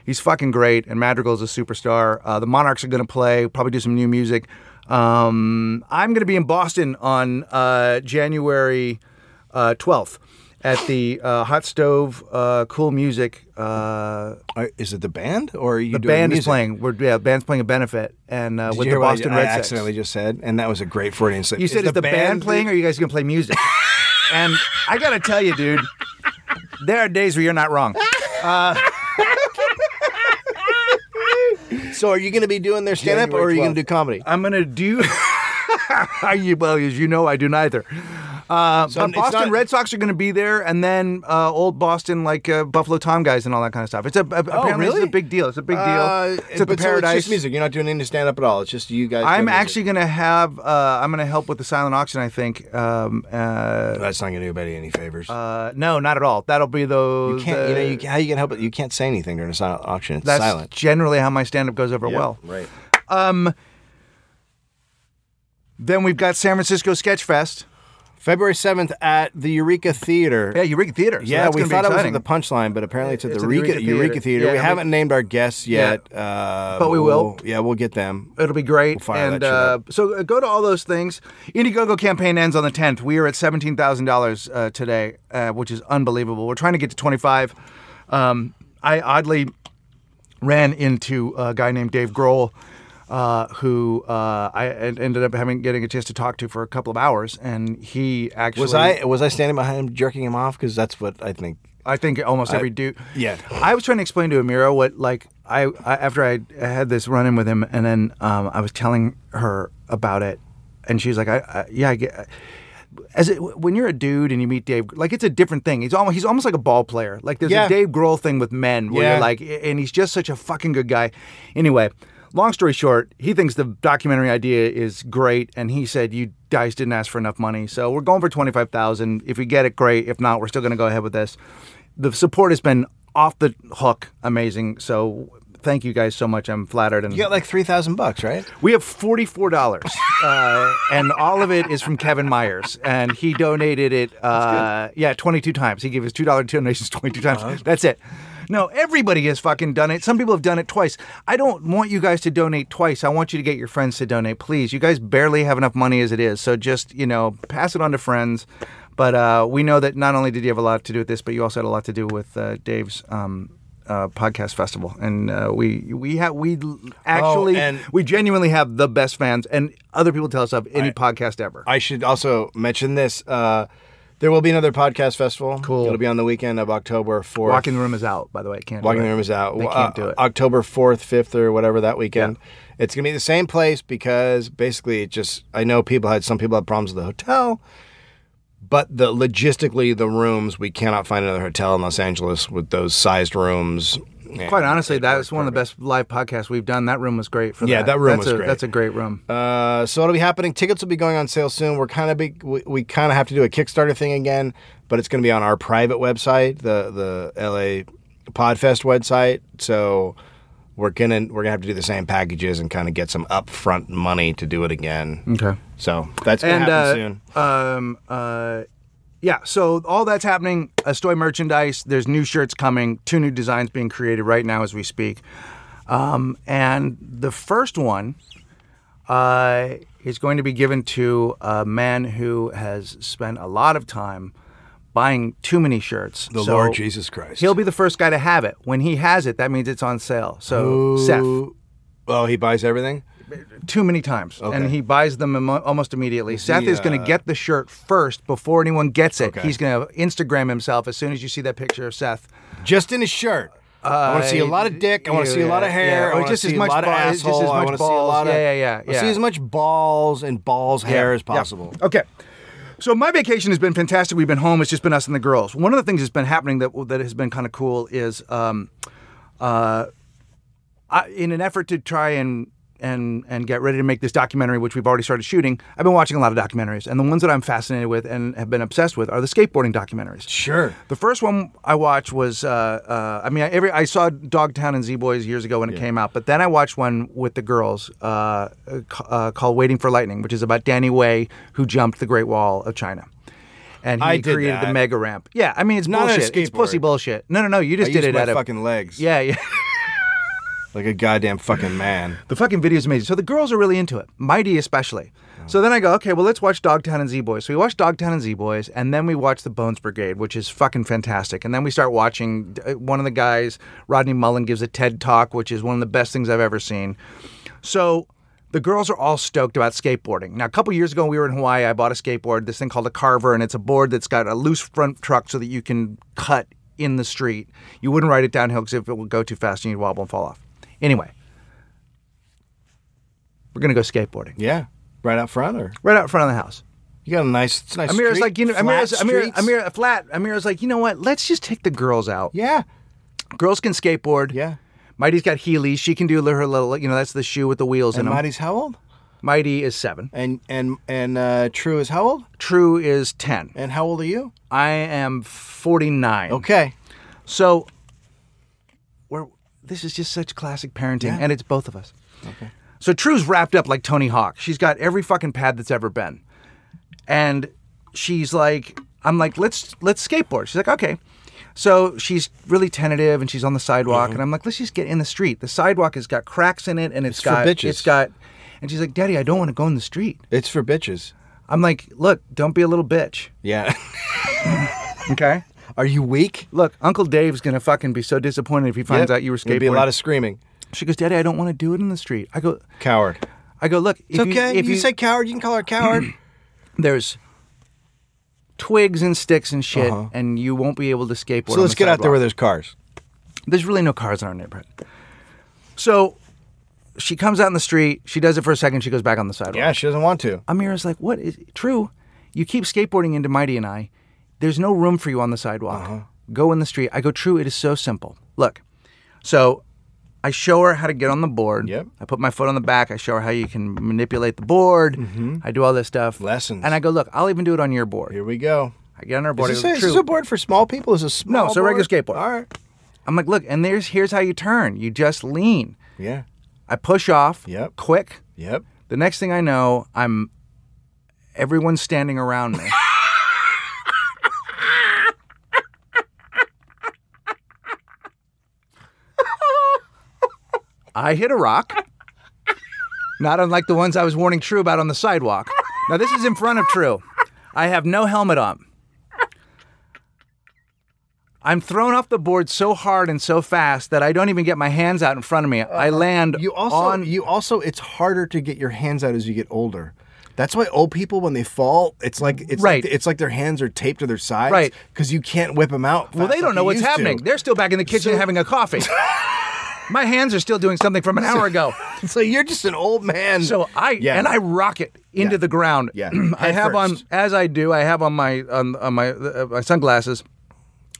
B: he's fucking great, and Madrigal's a superstar. Uh, the Monarchs are going to play, probably do some new music. Um, I'm going to be in Boston on uh, January uh, 12th at the uh, Hot Stove uh, Cool Music. Uh,
A: Are- Is it the band or are you
B: the
A: doing
B: band
A: music?
B: is playing. We're yeah, the band's playing a benefit, and uh,
A: Did
B: with
A: you
B: the
A: hear what I-
B: Boston
A: I,
B: Red Sox.
A: accidentally just said, and that was a great Freudian slip.
B: You said, is, the, band, playing, or
A: the-
B: are you guys gonna
A: *laughs*
B: play music? and I gotta tell you, dude, there are days where you're not wrong.
A: so are you going to be doing their stand up or are
B: January
A: you going to
B: 12th.
A: do comedy?
B: I'm gonna do. *laughs* Are you well? As you know, I do neither. Uh,
A: So
B: but
A: it's
B: Boston
A: not-
B: Red Sox are going to be there, and then uh, old Boston like uh, Buffalo Tom guys and all that kind of stuff. It's a, a apparently
A: Oh, really?
B: It's a big deal. It's a big deal.
A: Uh,
B: it's a
A: but so
B: paradise.
A: It's just music. You're not doing any stand up at all. It's just you guys. doing
B: I'm
A: music.
B: actually going to have. Uh, I'm going to help with the silent auction. I think. Um, uh,
A: That's not going to do anybody any favors.
B: uh, no, not at all. That'll be those.
A: you can't.
B: uh,
A: you know, you, can- how you can help it? You can't say anything during a silent auction. It's
B: that's
A: silent.
B: generally how my stand up goes over
A: Yeah,
B: well.
A: right.
B: Then we've got San Francisco Sketch Fest.
A: February 7th at the Eureka Theater.
B: Yeah, Eureka Theater. So
A: yeah,
B: that's
A: we
B: gonna be
A: thought it was at
B: exciting.
A: the punchline, but apparently it's at
B: It's
A: the
B: at the
A: Eureka,
B: Eureka
A: Eureka
B: Theater.
A: Theater.
B: Yeah,
A: we
B: and
A: haven't named our guests
B: Yeah.
A: yet, uh,
B: But we will.
A: we'll- yeah, we'll get them.
B: It'll be great.
A: fire
B: and
A: that shit
B: uh,
A: up.
B: so uh, go to all those things. Indiegogo campaign ends on the 10th. We are at $17,000 uh, today, uh, which is unbelievable. We're trying to get to 25. Um, I oddly ran into a guy named Dave Grohl, uh, who uh, I en- ended up having getting a chance to talk to for a couple of hours, and he actually
A: Was I was I standing behind him jerking him off? Because that's what I think.
B: I think almost every dude.
A: yeah.
B: I was trying to explain to Amira what like I, I after I had this run in with him, and then um, I was telling her about it, and she's like, I, I yeah, I get. As it, when you're a dude and you meet Dave, like it's a different thing. He's almost he's almost like a ball player. Like there's
A: Yeah.
B: a Dave Grohl thing with men where
A: Yeah.
B: you're like, and he's just such a fucking good guy. Anyway, long story short, he thinks the documentary idea is great, and he said you guys didn't ask for enough money, so we're going for twenty five thousand. If we get it, great. If not, we're still going to go ahead with this. The support has been off the hook, amazing. So thank you guys so much. I'm flattered. And
A: You got like 3000 bucks, right?
B: we have $44, uh, and all of it is from Kevin Myers. And he donated it, uh, yeah, 22 times. He gave his $2 donations *laughs* 22 times. That's it. No, everybody has fucking done it. Some people have done it twice. I don't want you guys to donate twice. I want you to get your friends to donate, please. You guys barely have enough money as it is. So just, you know, pass it on to friends. But uh, we know that not only did you have a lot to do with this, but you also had a lot to do with uh, Dave's. Um, uh, podcast festival, and uh, we we have we l- actually
A: and-
B: we genuinely have the best fans, and other people tell us of any podcast ever.
A: I should also mention this. Uh, there will be another podcast festival.
B: Cool.
A: It'll be on the weekend of October 4th.
B: Walking the room is out, by the way. Can't do
A: Walking
B: it.
A: the Room is out.
B: They
A: Uh,
B: can't do it.
A: October 4th, 5th, or whatever that weekend. It's going to be the same place because basically it just, I know people had, some people had problems with the hotel, but the logistically, the rooms, we cannot find another hotel in Los Angeles with those sized rooms.
B: Quite honestly, that was one of the best live podcasts we've done. That room was great for
A: Yeah,
B: that.
A: that room
B: that's
A: was
B: a,
A: great.
B: That's a great room.
A: Uh, so it'll be happening. Tickets will be going on sale soon. We're kind of big. We, we kind of have to do a Kickstarter thing again, but it's going to be on our private website, the the LA Podfest website. So we're gonna we're gonna have to do the same packages and kind of get some upfront money to do it again.
B: Okay.
A: So that's gonna
B: and
A: happen
B: uh,
A: soon.
B: um uh yeah so all that's happening Astoy merchandise there's new shirts coming two new designs being created right now as we speak um and the first one uh is going to be given to a man who has spent a lot of time buying too many shirts
A: The Lord Jesus Christ.
B: he'll be the first guy to have it when he has it that means it's on sale so Seth
A: Oh, he buys everything.
B: too many times, and he buys them emo- almost immediately. Seth is going
A: uh,
B: to get the shirt first before anyone gets it. He's going to Instagram himself as soon as you see that picture of Seth.
A: Just in his shirt. I want to see a lot of dick. I want to see a lot of
B: Uh, yeah,
A: hair. Oh,
B: yeah,
A: I
B: or
A: want to
B: just as
A: see a
B: much
A: lot of
B: ball- just as
A: asshole. I
B: much
A: want to see a lot
B: balls.
A: of
B: Yeah, yeah, yeah,
A: I see
B: yeah.
A: as much balls and balls hair as possible.
B: Yeah. Okay. So my vacation has been fantastic. We've been home. It's just been us and the girls. One of the things that's been happening that that has been kind of cool is, um, uh, I, in an effort to try and and and get ready to make this documentary, which we've already started shooting, I've been watching a lot of documentaries, and the ones that I'm fascinated with and have been obsessed with are the skateboarding documentaries.
A: Sure.
B: The first one I watched was, uh, uh, I mean, I, every I saw Dogtown and Z Boys years ago when it came out, but then I watched one with the girls uh, uh, ca- uh, called "Waiting for Lightning," which is about Danny Wei who jumped the Great Wall of China, and he
A: I did
B: created the
A: that.
B: mega ramp. Yeah, I mean, it's
A: Not on a
B: bullshit. It's pussy
A: skateboard.
B: bullshit. No, no, no. You just
A: I
B: did
A: used
B: it
A: my
B: at a
A: fucking legs.
B: yeah, yeah.
A: Like a goddamn fucking man.
B: The fucking video is amazing. So the girls are really into it, Mighty especially. So then I go, okay, well, let's watch Dogtown and Z Boys. So we watch Dogtown and Z Boys, and then we watch The Bones Brigade, which is fucking fantastic. And then we start watching uh, one of the guys, Rodney Mullen, gives a TED talk, which is one of the best things I've ever seen. So the girls are all stoked about skateboarding. Now, a couple years ago, we were in Hawaii. I bought a skateboard, this thing called a Carver, and it's a board that's got a loose front truck so that you can cut in the street. You wouldn't ride it downhill because if it would go too fast, you'd wobble and fall off. Anyway, we're gonna go skateboarding
A: Yeah. Right out front, or
B: right out front of the house.
A: you got a nice, it's a nice.
B: Amira's
A: street,
B: like, you know,
A: flat
B: Amira's, Amira,
A: streets.
B: Amira, flat. Amira's like, you know what? Let's just take the girls out.
A: Yeah.
B: Girls can skateboard.
A: Yeah.
B: Mighty's got Heelys. She can do her little, you know, that's the shoe with the wheels
A: And
B: in 'em.
A: Marty's how old?
B: Mighty is seven.
A: And and and uh, True is how old?
B: True is ten.
A: And how old are you?
B: I am forty nine.
A: Okay.
B: So we're this is just such classic parenting, and it's both of us. So True's wrapped up like Tony Hawk. She's got every fucking pad that's ever been. And she's like, I'm like, let's let's skateboard. She's like, okay. So she's really tentative and she's on the
A: Mm-hmm.
B: sidewalk. And I'm like, let's just get in the street. The sidewalk has got cracks in it and it's
A: for
B: got
A: bitches.
B: it's got and she's like, Daddy, I don't want to go in the street.
A: It's for bitches.
B: I'm like, look, don't be a little bitch.
A: Yeah. *laughs*
B: Okay.
A: are you weak?
B: Look, Uncle Dave's gonna fucking be so disappointed if he finds
A: Yep.
B: out you were skateboarding.
A: There'll be a lot of screaming.
B: She goes, Daddy, I don't want to do it in the street. I go,
A: Coward.
B: I go, look,
A: It's
B: if
A: okay.
B: you, if
A: you, say coward, you can call *clears throat* her coward.
B: there's twigs and sticks and shit, and you won't be able to skateboard.
A: Uh-huh. so let's get out there where
B: with
A: there's cars.
B: There's really no cars in our neighborhood. So she comes out in the street. She does it for a second. She goes back on the sidewalk.
A: Yeah, she doesn't want to.
B: Amira's like, what is true? You keep skateboarding into Mighty and I. There's no room for you on the sidewalk.
A: Uh-huh.
B: Go in the street. I go, true. It is so simple. Look, so I show her how to get on the board.
A: Yep.
B: I put my foot on the back. I show her how you can manipulate the board.
A: Mm-hmm.
B: I do all this stuff.
A: Lessons.
B: And I go, look, I'll even do it on your board.
A: Here we go.
B: I get on her board.
A: Is this,
B: I
A: a,
B: go,
A: is
B: true.
A: this a board for small people? Is this a small
B: No, it's a regular
A: board?
B: skateboard.
A: All right.
B: I'm like, look, and there's here's how you turn. You just lean.
A: Yeah.
B: I push off.
A: Yep.
B: Quick.
A: Yep.
B: The next thing I know, I'm everyone's standing around me. I hit a rock, not unlike the ones I was warning True about on the sidewalk. Now, this is in front of True. I have no helmet on. I'm thrown off the board so hard and so fast that I don't even get my hands out in front of me. I land
A: Uh-huh. You also
B: on
A: you also it's harder to get your hands out as you get older. That's why old people when they fall, it's like it's
B: Right.
A: like, it's like their hands are taped to their sides
B: Right.
A: cuz you can't whip them out.
B: Well,
A: fast
B: they don't
A: like
B: know
A: you
B: what's
A: used to.
B: happening. They're still back in the kitchen
A: So-
B: having a coffee. My hands are still doing something from an hour ago.
A: *laughs* *laughs* So you're just an old man.
B: So I
A: Yeah.
B: and I rock it into
A: Yeah.
B: the ground.
A: Yeah.
B: *clears throat* I have
A: Head first.
B: on as I do. I have on my on, on my uh, my sunglasses.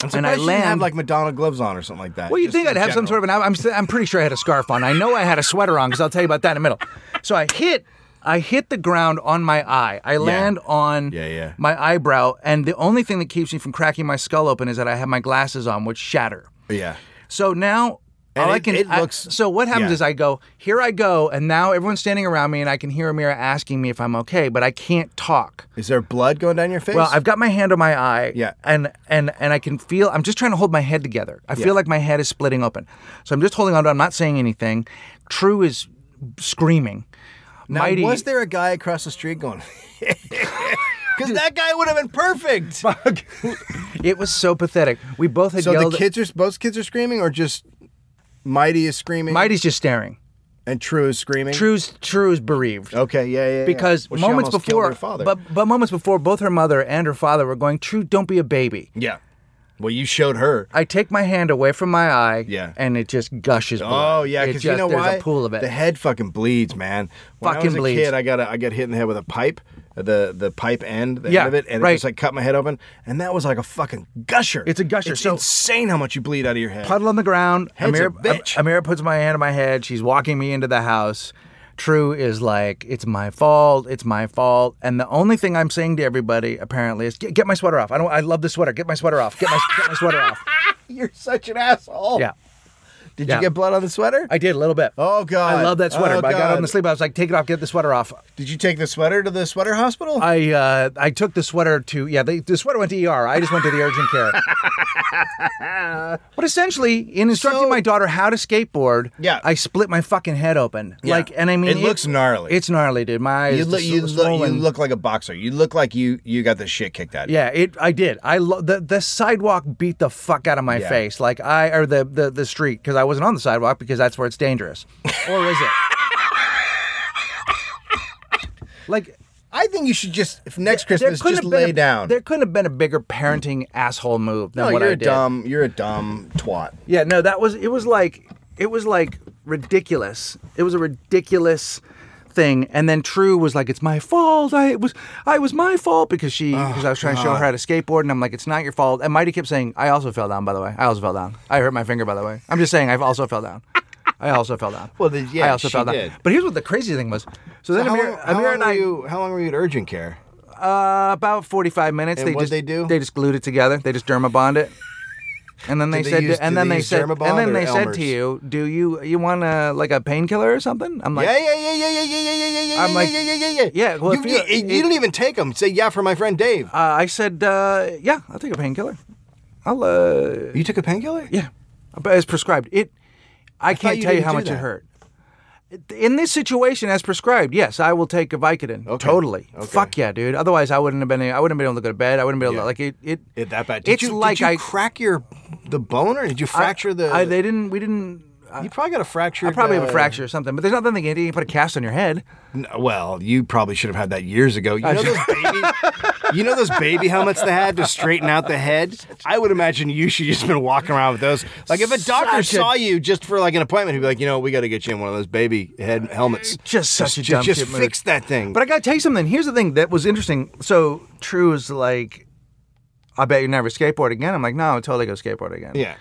A: I'm
B: and I
A: surprised you didn't have
B: land-
A: like Madonna gloves on or something like that.
B: Well, you'd
A: just
B: think
A: in
B: I'd have some
A: general.
B: sort of an. I'm st- I'm pretty sure I had a scarf on. I know I had a sweater on because I'll tell you about that in a minute. So I hit I hit the ground on my eye. I land on
A: Yeah, yeah.
B: my eyebrow, and the only thing that keeps me from cracking my skull open is that I have my glasses on, which shatter.
A: yeah.
B: So now all
A: And
B: I
A: it-
B: can
A: it
B: I-
A: looks-
B: so what happens
A: yeah.
B: is I go here I go and now everyone's standing around me and I can hear Amira asking me if I'm okay but I can't talk.
A: Is there blood going down your face?
B: Well, I've got my hand on my eye
A: Yeah.
B: and and and I can feel I'm just trying to hold my head together. I feel like my head is splitting open. So I'm just holding on to I'm not saying anything. True is screaming.
A: now,
B: Mighty
A: was there a guy across the street going? *laughs* Because that guy would have been
B: *laughs*
A: perfect.
B: It was so pathetic. We both had
A: So
B: yelled
A: the kids are both kids are screaming, or just Mighty is screaming,
B: Mighty's just staring.
A: and True is screaming.
B: True's True is bereaved.
A: Okay, yeah, yeah. yeah.
B: because
A: Well, she
B: moments
A: almost killed
B: before,
A: her father.
B: but but moments before, both her mother and her father were going, "True, don't be a baby."
A: yeah. Well, you showed her.
B: I take my hand away from my eye,
A: Yeah.
B: and it just gushes. blood.
A: Oh yeah,
B: It
A: because you
B: just-
A: know
B: there's
A: why?
B: a pool of it.
A: The head fucking bleeds, man. When
B: Fucking
A: I was a
B: bleeds.
A: kid, I got a, I got hit in the head with a pipe, the the pipe end, the
B: Yeah,
A: end of it, and
B: right.
A: it just like cut my head open, and that was like a fucking gusher.
B: It's a gusher,
A: It's
B: so-
A: insane how much you bleed out of your head.
B: Puddle on the ground.
A: Head's a
B: Amira, Am-
A: bitch.
B: Amira puts my hand on my head. She's walking me into the house. True is like, it's my fault. It's my fault. And the only thing I'm saying to everybody apparently is, get, get my sweater off. I don't. I love this sweater. Get my sweater off. Get my get my
A: *laughs*
B: sweater off.
A: You're such an asshole.
B: Yeah.
A: Did
B: Yeah.
A: you get blood on the sweater?
B: I did a little bit.
A: Oh, God.
B: I love that sweater.
A: Oh,
B: but I got
A: God.
B: on the sleep. I was like, take it off. Get the sweater off.
A: Did you take the sweater to the sweater hospital?
B: I uh, I took the sweater to yeah the, the sweater went to ER. I just went to the urgent
A: *laughs*
B: care. but essentially, in instructing
A: So-
B: my daughter how to skateboard,
A: Yeah.
B: I split my fucking head open.
A: Yeah.
B: Like, and I mean,
A: It looks gnarly.
B: It's gnarly, dude. My eyes
A: you look,
B: just
A: you,
B: sw-
A: look, you
B: swollen.
A: look like a boxer. You look like you you got the shit kicked out. of you.
B: Yeah, it. I did. I lo- the the sidewalk beat the fuck out of my
A: Yeah.
B: face. Like I or the the the street because I wasn't on the sidewalk because that's where it's dangerous. Or
A: *laughs*
B: is it? like
A: I think you should just if next
B: there
A: Christmas
B: couldn't
A: just
B: have been
A: lay
B: a,
A: down.
B: There couldn't have been a bigger parenting asshole move than
A: no,
B: what
A: you're
B: I
A: a
B: did.
A: dumb. You're a dumb twat.
B: Yeah, no, that was it was like it was like ridiculous. It was a ridiculous thing. And then True was like, "It's my fault. I it was I was my fault because she
A: Oh,
B: because I was trying to show her how to skateboard, and I'm like, it's not your fault." And Mighty kept saying, "I also fell down, by the way. I also fell down. I hurt my finger, by the way. I'm just saying, I've also fell down." I also fell down.
A: *laughs* Well, then, yeah,
B: I also
A: she
B: fell down.
A: did.
B: But here's what the crazy thing was. So then
A: how,
B: Amir,
A: long, how
B: Amir
A: long
B: and
A: were
B: I,
A: you? How long were you at urgent care?
B: uh, about 45 minutes.
A: And
B: they
A: what'd
B: just
A: they do?
B: They just glued it together. They just derma bond it. And then they,
A: Did they
B: said,
A: use-
B: and
A: did
B: then
A: they
B: they
A: use
B: said,
A: Derma
B: and
A: Bond
B: then
A: or
B: they said
A: Elmer's?
B: to you, "Do you you want a like a painkiller or something?" I'm like,
A: Yeah, yeah, yeah, yeah, yeah, yeah, yeah, yeah, yeah.
B: I'm
A: yeah,
B: like-
A: yeah, yeah, yeah, yeah.
B: Yeah, well,
A: you,
B: if you-
A: you, you
B: it-
A: don't even take them. Say yeah for my friend Dave.
B: uh, I said, uh, "Yeah, I'll take a painkiller. I'll uh,
A: you took a painkiller?
B: yeah, but as prescribed." It, I, can't
A: you
B: tell you
A: didn't
B: how
A: do
B: much it
A: that.
B: hurt. In this situation, as prescribed, yes, I will take a Vicodin. Totally.
A: Okay.
B: Fuck yeah, dude. Otherwise, I wouldn't have been. I wouldn't have been able to go to bed. I wouldn't be able
A: Yeah.
B: to like it. It,
A: It, that bad? Did
B: It's
A: you,
B: like
A: did you
B: I-
A: crack your the bone or did you fracture
B: I,
A: the?
B: I, they didn't. We didn't.
A: you probably got a fracture.
B: I probably have a
A: uh,
B: fracture or something, but there's nothing they can do. You can put a cast on your head.
A: N- Well, you probably should have had that years ago. You know those baby, you know those baby helmets they had to straighten out the head. I would imagine you should just been walking around with those. Like if a doctor
B: Such a-
A: saw you just for like an appointment, he'd be like, you know, we got to get you in one of those baby head helmets.
B: Just such a
A: ju-
B: dumb
A: just,
B: shit move.
A: fix that thing.
B: But I gotta tell you something. Here's the thing that was interesting. So True is like, I bet you never skateboard again. I'm like, no, I'll totally go skateboard again.
A: yeah,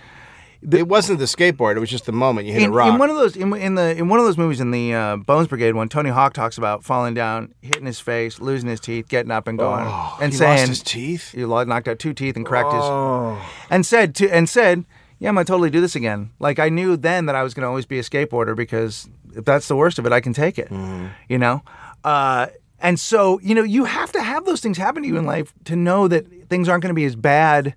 A: it wasn't the skateboard. It was just the moment you hit
B: In,
A: a rock.
B: in one of those, in, in the in one of those movies, in the uh, Bones Brigade one, Tony Hawk talks about falling down, hitting his face, losing his teeth, getting up and going,
A: oh,
B: and
A: he
B: saying
A: lost his teeth.
B: he lo- knocked out two teeth and cracked his
A: Oh,
B: and said to and said, yeah, I'm gonna totally do this again. Like I knew then that I was gonna always be a skateboarder because if that's the worst of it, I can take it.
A: Mm-hmm.
B: You know, uh, and so you know you have to have those things happen to you in life to know that things aren't gonna be as bad.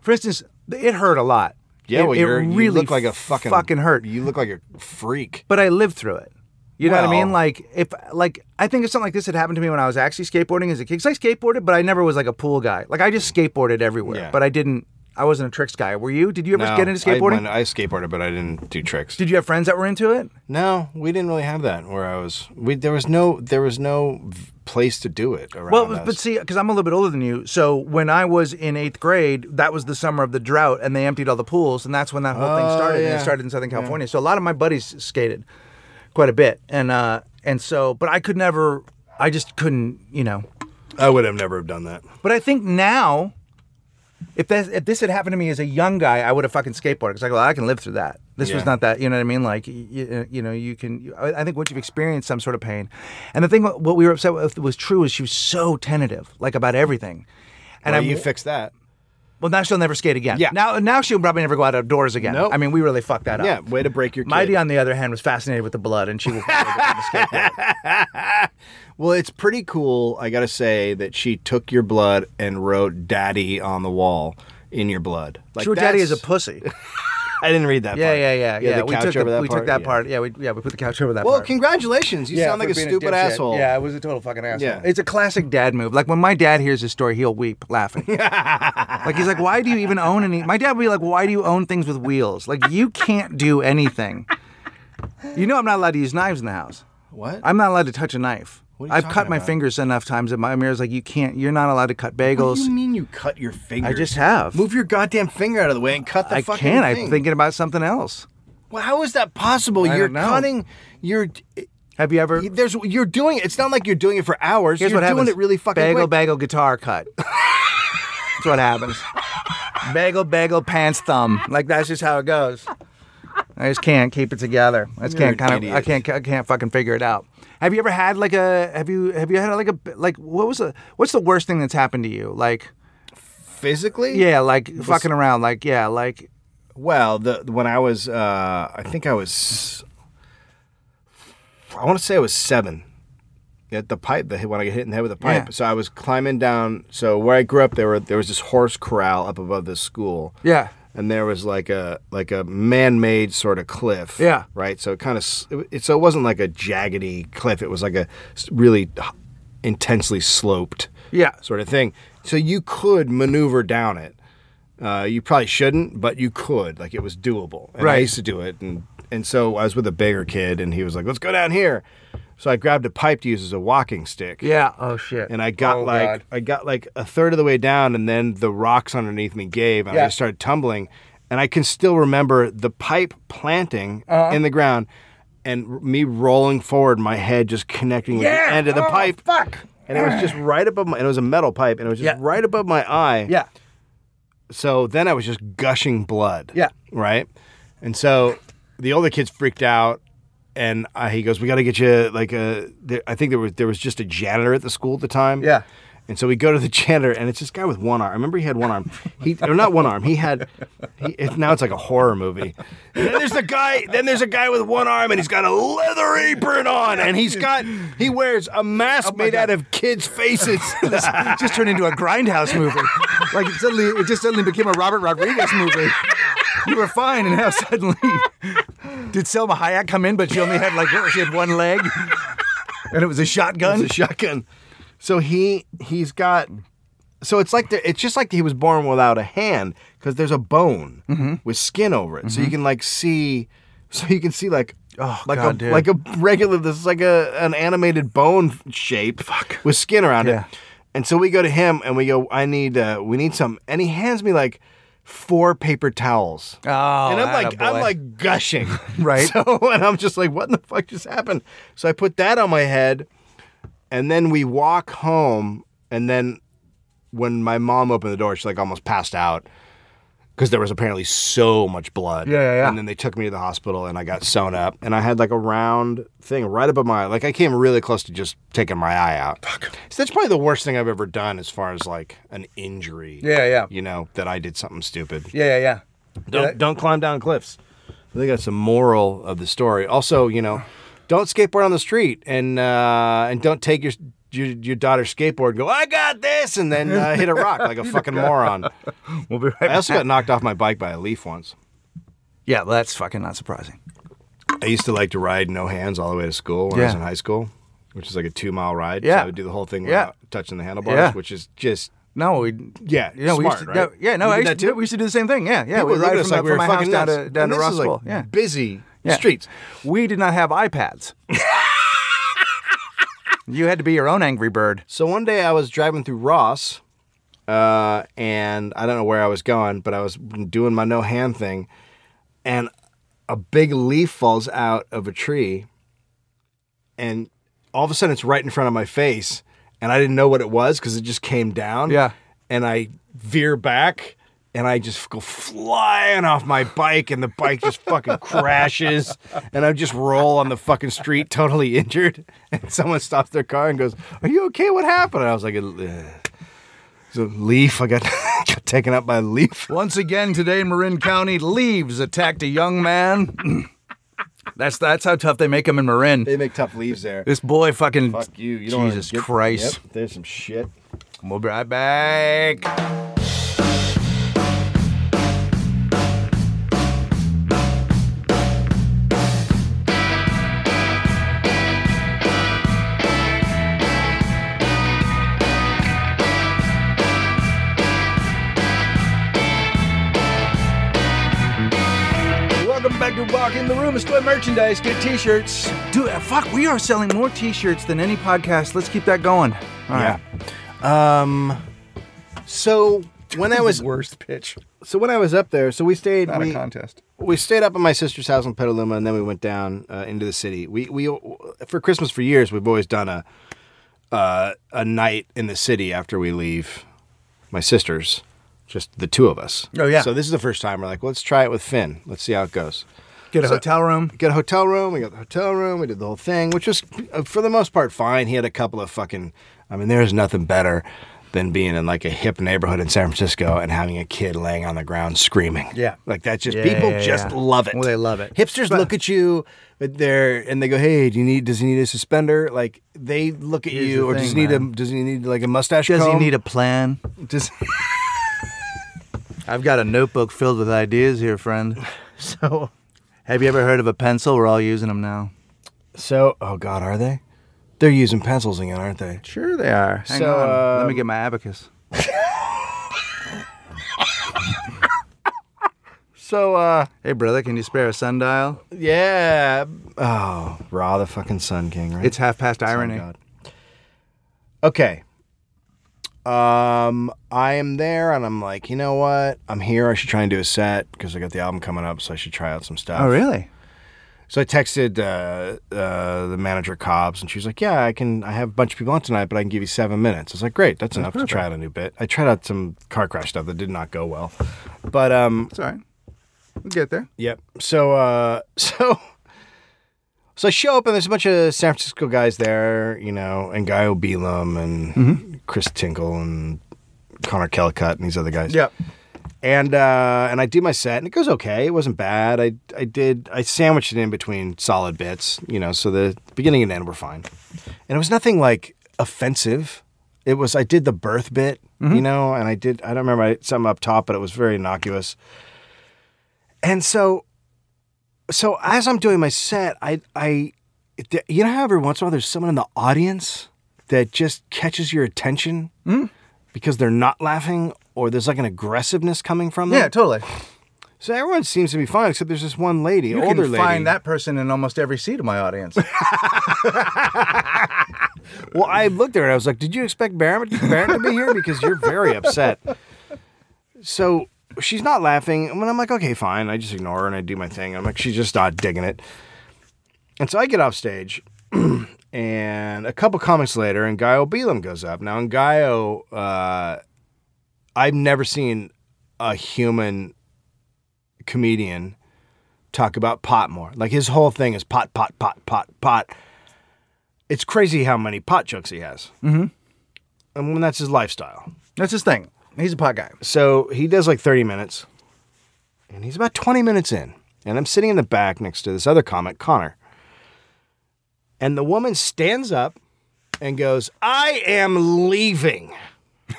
B: For instance, it hurt a lot.
A: Yeah,
B: it,
A: well,
B: it
A: you're,
B: really
A: you look like a fucking
B: fucking hurt
A: You look like a freak.
B: but I lived through it. You know what I
A: Well-
B: mean? Like if like I think if something like this had happened to me when I was actually skateboarding as a kid, 'cause I skateboarded, but I never was like a pool guy. Like I just skateboarded everywhere,
A: Yeah.
B: but I didn't. I wasn't a tricks guy. Were you? Did you ever
A: No,
B: get into
A: I-
B: skateboarding?
A: when I, skateboarded, but I didn't do tricks.
B: Did you have friends that were into it?
A: no, we didn't really have that where I was. We there was no there was no v- place to do it around
B: Well,
A: us.
B: but see, because I'm a little bit older than you, so when I was in eighth grade, that was the summer of the drought, and they emptied all the pools, and that's when that whole thing
A: Oh,
B: started. And
A: yeah.
B: it started in Southern California, so a lot of my buddies skated quite a bit, and uh, and so, but I could never. I just couldn't, you know.
A: I would have never have done that.
B: But I think now, if this, if this had happened to me as a young guy, I would have fucking skateboarded. Because I go, I can live through that. This was
A: Yeah.
B: not that. You know what I mean? Like, you, you know, you can. you- I I think once you've experienced some sort of pain, and the thing what what we were upset with was true is she was so tentative, like about everything. And
A: Well,
B: I'm,
A: you fix that.
B: well, now she'll never skate again.
A: Yeah.
B: Now, now she'll probably never go out outdoors again.
A: Nope.
B: I mean, we really fucked that up.
A: Yeah, way to break your.
B: Mighty,
A: kid.
B: on the other hand, was fascinated with the blood, and she will probably
A: *laughs*
B: become a skateboarder.
A: Well, it's pretty cool, I gotta say, that she took your blood and wrote daddy on the wall in your blood. Like
B: Sure, Daddy is
A: that's- *laughs*
B: a pussy.
A: I didn't read that
B: Yeah,
A: part.
B: yeah, yeah, yeah.
A: the
B: we
A: couch
B: took the-
A: over that
B: we
A: part.
B: took that
A: yeah.
B: part. Yeah, we yeah we put the couch over that
A: Well,
B: part.
A: congratulations. You
B: Yeah,
A: sound
B: for
A: like a
B: being
A: stupid
B: dipshit.
A: asshole.
B: Yeah, I was a total fucking asshole.
A: Yeah.
B: It's a classic dad move. Like when my dad hears this story, he'll weep
A: *laughs*
B: laughing. like he's like, "Why do you even own any?" My dad would be like, "Why do you own things with wheels? Like you can't do anything." You know, I'm not allowed to use knives in the house.
A: What?
B: I'm not allowed to touch a knife.
A: What are you
B: I've
A: talking
B: cut my
A: about?
B: fingers enough times that my mirror's like, "You can't. You're not allowed to cut
A: what do
B: bagels."
A: you mean you cut your finger?
B: I just have.
A: Move your goddamn finger out of the way and cut the
B: I
A: fucking
B: can't.
A: thing.
B: I'm thinking about something else.
A: Well, how is that possible?
B: I
A: you're
B: don't know.
A: cutting. You're.
B: Have you ever?
A: There's. You're doing it. It's not like you're doing it for hours.
B: Here's
A: you're
B: what
A: doing
B: happens.
A: it really fucking
B: bagel,
A: quick.
B: bagel, guitar cut. *laughs* that's what happens. Bagel, bagel, pants, thumb. Like that's just how it goes. I just can't keep it together. I just
A: You're
B: can't
A: an
B: kind of. I
A: idiot.
B: can't. I can't fucking figure it out. Have you ever had like a? Have you? Have you had like a? Like what was the? What's the worst thing that's happened to you? Like
A: Physically?
B: yeah, like fucking around. Like yeah, like
A: Well, the when I was, uh, I think I was, I want to say I was seven. At the pipe, the when I get hit in the head with a pipe,
B: Yeah.
A: so I was climbing down. So where I grew up, there were there was this horse corral up above this school,
B: yeah.
A: and there was like a like a man-made sort of cliff,
B: Yeah.
A: right. So it kind of it, so it wasn't like a jaggedy cliff. It was like a s- really h- intensely sloped,
B: Yeah.
A: sort of thing. So you could maneuver down it. Uh, you probably shouldn't, but you could. Like it was doable. And I
B: Right.
A: used to do it, and and so I was with a bigger kid, and he was like, "Let's go down here." So I grabbed a pipe to use as a walking stick.
B: Yeah. Oh shit.
A: And I got
B: Oh,
A: like
B: God.
A: I got like a third of the way down, and then the rocks underneath me gave, and I
B: Yeah.
A: just started tumbling. And I can still remember the pipe planting
B: Uh-huh.
A: in the ground, and r- me rolling forward, my head just connecting with
B: Yeah.
A: the end of the
B: Oh,
A: pipe.
B: Fuck.
A: And it was just right above my, and it was a metal pipe, and it was just
B: Yeah.
A: right above my eye.
B: Yeah.
A: So then I was just gushing blood.
B: Yeah.
A: Right. And so the older kids freaked out, and I, he goes, "We got to get you like a." There, I think there was there was just a janitor at the school at the time.
B: Yeah.
A: And so we go to the *laughs* janitor, and it's this guy with one arm. I remember he had one arm. He or not one arm. He had. He, it, now it's like a horror movie. And then there's the guy. Then there's a guy with one arm, and he's got a leather apron on, and
B: *laughs*
A: he's got he wears a
B: Oh
A: mask made out of kids'
B: *laughs*
A: faces.
B: this just turned into a grindhouse movie. Like it suddenly, it just suddenly became a Robert Rodriguez movie. You were fine, and now suddenly, did Selma Hayek come in? But she only had like she had one leg, and it was a shotgun.
A: It's a shotgun. So he he's got. So it's like the, it's just like he was born without a hand because there's a bone
B: Mm-hmm.
A: with skin over it, so you can like see, so you can see like
B: Oh,
A: *sighs* like
B: God,
A: a
B: dude.
A: like a regular this is like a an animated bone shape with skin around
B: Yeah.
A: it, and so we go to him and we go I need uh, we need some and he hands me like four paper towels
B: Oh,
A: and I'm like,
B: attaboy.
A: I'm like gushing,
B: *laughs*
A: *laughs*
B: Right.
A: So, and I'm just like, what in the fuck just happened? So I put that on my head, and then we walk home, and then when my mom opened the door, she like almost passed out because there was apparently so much blood.
B: Yeah, yeah, yeah.
A: And then they took me to the hospital, and I got sewn up, and I had like a round thing right above my eye. Like I came really close to just taking my eye out. So that's probably the worst thing I've ever done as far as like an injury.
B: Yeah, yeah.
A: You know that I did something stupid.
B: yeah, yeah, yeah.
A: Don't don't climb down cliffs. They got some moral of the story. Also, you know, don't skateboard on the street and uh, and don't take your your, your daughter's skateboard and go, I got this, and then uh, hit a rock
B: *laughs*
A: like a fucking moron.
B: We'll be right
A: I
B: back.
A: also got knocked off my bike by a leaf once.
B: Yeah, well, that's fucking not surprising.
A: I used to like to ride no hands all the way to school when I was
B: Yeah.
A: in high school, which is like a two mile ride. So
B: Yeah.
A: I would do the whole thing
B: Yeah.
A: without touching the handlebars,
B: Yeah.
A: which is just,
B: No, we
A: yeah,
B: yeah, we
A: smart,
B: used to,
A: right?
B: no, yeah, no,
A: You
B: I
A: did
B: used
A: that
B: to,
A: too?
B: we used to do the same thing. Yeah, yeah,
A: People
B: we
A: look at
B: ride
A: us
B: from,
A: like
B: the-
A: we
B: from
A: were
B: my house
A: fucking
B: down
A: nuts.
B: to down
A: And
B: to
A: this is, like,
B: Rockville. yeah,
A: busy
B: Yeah.
A: streets.
B: we did not have iPads. you had to be your own Angry Bird.
A: So one day I was driving through Ross, uh, and I don't know where I was going, but I was doing my no hand thing, and a big leaf falls out of a tree, and all of a sudden it's right in front of my face, and I didn't know what it was because it just came down.
B: Yeah.
A: And I veer back. And I just go flying off my bike, and the bike just fucking crashes, and I just roll on the fucking street, totally injured. And someone stops their car and goes, "Are you okay? What happened?" And I was like, "Uh, "Ugh." "It's a leaf. I got, got taken up by a leaf."
B: Once again today in Marin County, leaves attacked a young man. *clears throat* that's that's how tough they make them in Marin.
A: They make tough leaves there.
B: This boy fucking
A: Fuck you. you don't wanna
B: Jesus
A: get-
B: Christ.
A: Yep, there's some shit.
B: We'll be right back. Welcome back to Walk in the Room. It's toy merchandise. Get t-shirts. Dude, uh, fuck, we are selling more t-shirts than any podcast. Let's keep that going. All right.
A: Yeah. Um. So when I was
B: worst pitch.
A: so when I was up there, so we stayed.
B: Not
A: we,
B: a contest.
A: we stayed up at my sister's house in Petaluma, and then we went down uh, into the city. We we for Christmas for years we've always done a uh, a night in the city after we leave my sister's, just the two of us.
B: Oh, yeah.
A: So this is the first time we're like, let's try it with Finn. Let's see how it goes.
B: Get a hotel room.
A: Get a hotel room. We got the hotel room. We did the whole thing, which was uh, for the most part fine. He had a couple of fucking. I mean, there's nothing better than being in like a hip neighborhood in San Francisco and having a kid laying on the ground screaming.
B: Yeah.
A: like that's just
B: Yeah,
A: people
B: yeah,
A: just
B: yeah.
A: love it.
B: Well, they love it.
A: Hipsters look at you, there and they go, "Hey, do you need? Does he need a suspender?" Like they look at
B: Here's
A: you,
B: the
A: or does he
B: thing,
A: need
B: man.
A: a? Does he need like a mustache?
B: Does he
A: comb?
B: need a plan? *laughs*
A: Does- *laughs*
B: I've got a notebook filled with ideas here, friend.
A: so
B: Have you ever heard of a pencil? We're all using them now.
A: so. Oh God, are they? They're using pencils again, aren't they?
B: Sure, they are. Hang
A: So,
B: on. Let me
A: um,
B: get my abacus.
A: So uh.
B: Hey, brother, can you spare a sundial?
A: Yeah. Oh, Ra the fucking Sun King, right?
B: It's half past
A: Oh,
B: irony.
A: God. Okay. Um, I am there, and I'm like, you know what? I'm here. I should try and do a set because I got the album coming up, so I should try out some stuff.
B: oh, really?
A: So I texted uh, uh, the manager Cobbs, and she was like, "Yeah, I can. I have a bunch of people on tonight, but I can give you seven minutes." I was like, "Great, that's,
B: Oh,
A: enough to try out a new bit." I tried out some car crash stuff that did not go well, but um,
B: It's all right. We'll get there.
A: Yep. So uh *laughs* so so I show up and there's a bunch of San Francisco guys there, you know, and Guy Obelum and Chris Tinkle and Connor Kellicott and these other guys. And uh and I do my set and it goes okay. It wasn't bad. I I did I sandwiched it in between solid bits, you know, so the beginning and end were fine. And it was nothing like offensive. It was I did the birth bit, you know, and I did I don't remember I did something up top, but it was very innocuous. And so, so as I'm doing my set, I, I, th- you know how every once in a while there's someone in the audience that just catches your attention
B: Hmm.
A: because they're not laughing or there's like an aggressiveness coming from them.
B: Yeah, totally.
A: So everyone seems to be fine except there's this one lady,
B: You
A: older
B: can
A: lady.
B: find that person in almost every seat of my audience.
A: Well, I looked at her and I was like, "Did you expect Barron, Barron to be here? Because you're very upset." So she's not laughing, and when I'm like, "Okay, fine," I just ignore her and I do my thing. I'm like, "She's just not digging it." And so I get off stage, *clears throat* and a couple comics later, and Guyo Belem goes up. Now, in Guyo, uh, I've never seen a human comedian talk about pot more. Like his whole thing is pot, pot, pot, pot, pot it's crazy how many pot jokes he has. Mm-hmm. And when that's his lifestyle.
B: That's his thing. He's a pot guy.
A: So he does like 30 minutes. And he's about 20 minutes in. And I'm sitting in the back next to this other comic, Connor. And the woman stands up and goes, I am leaving. *laughs*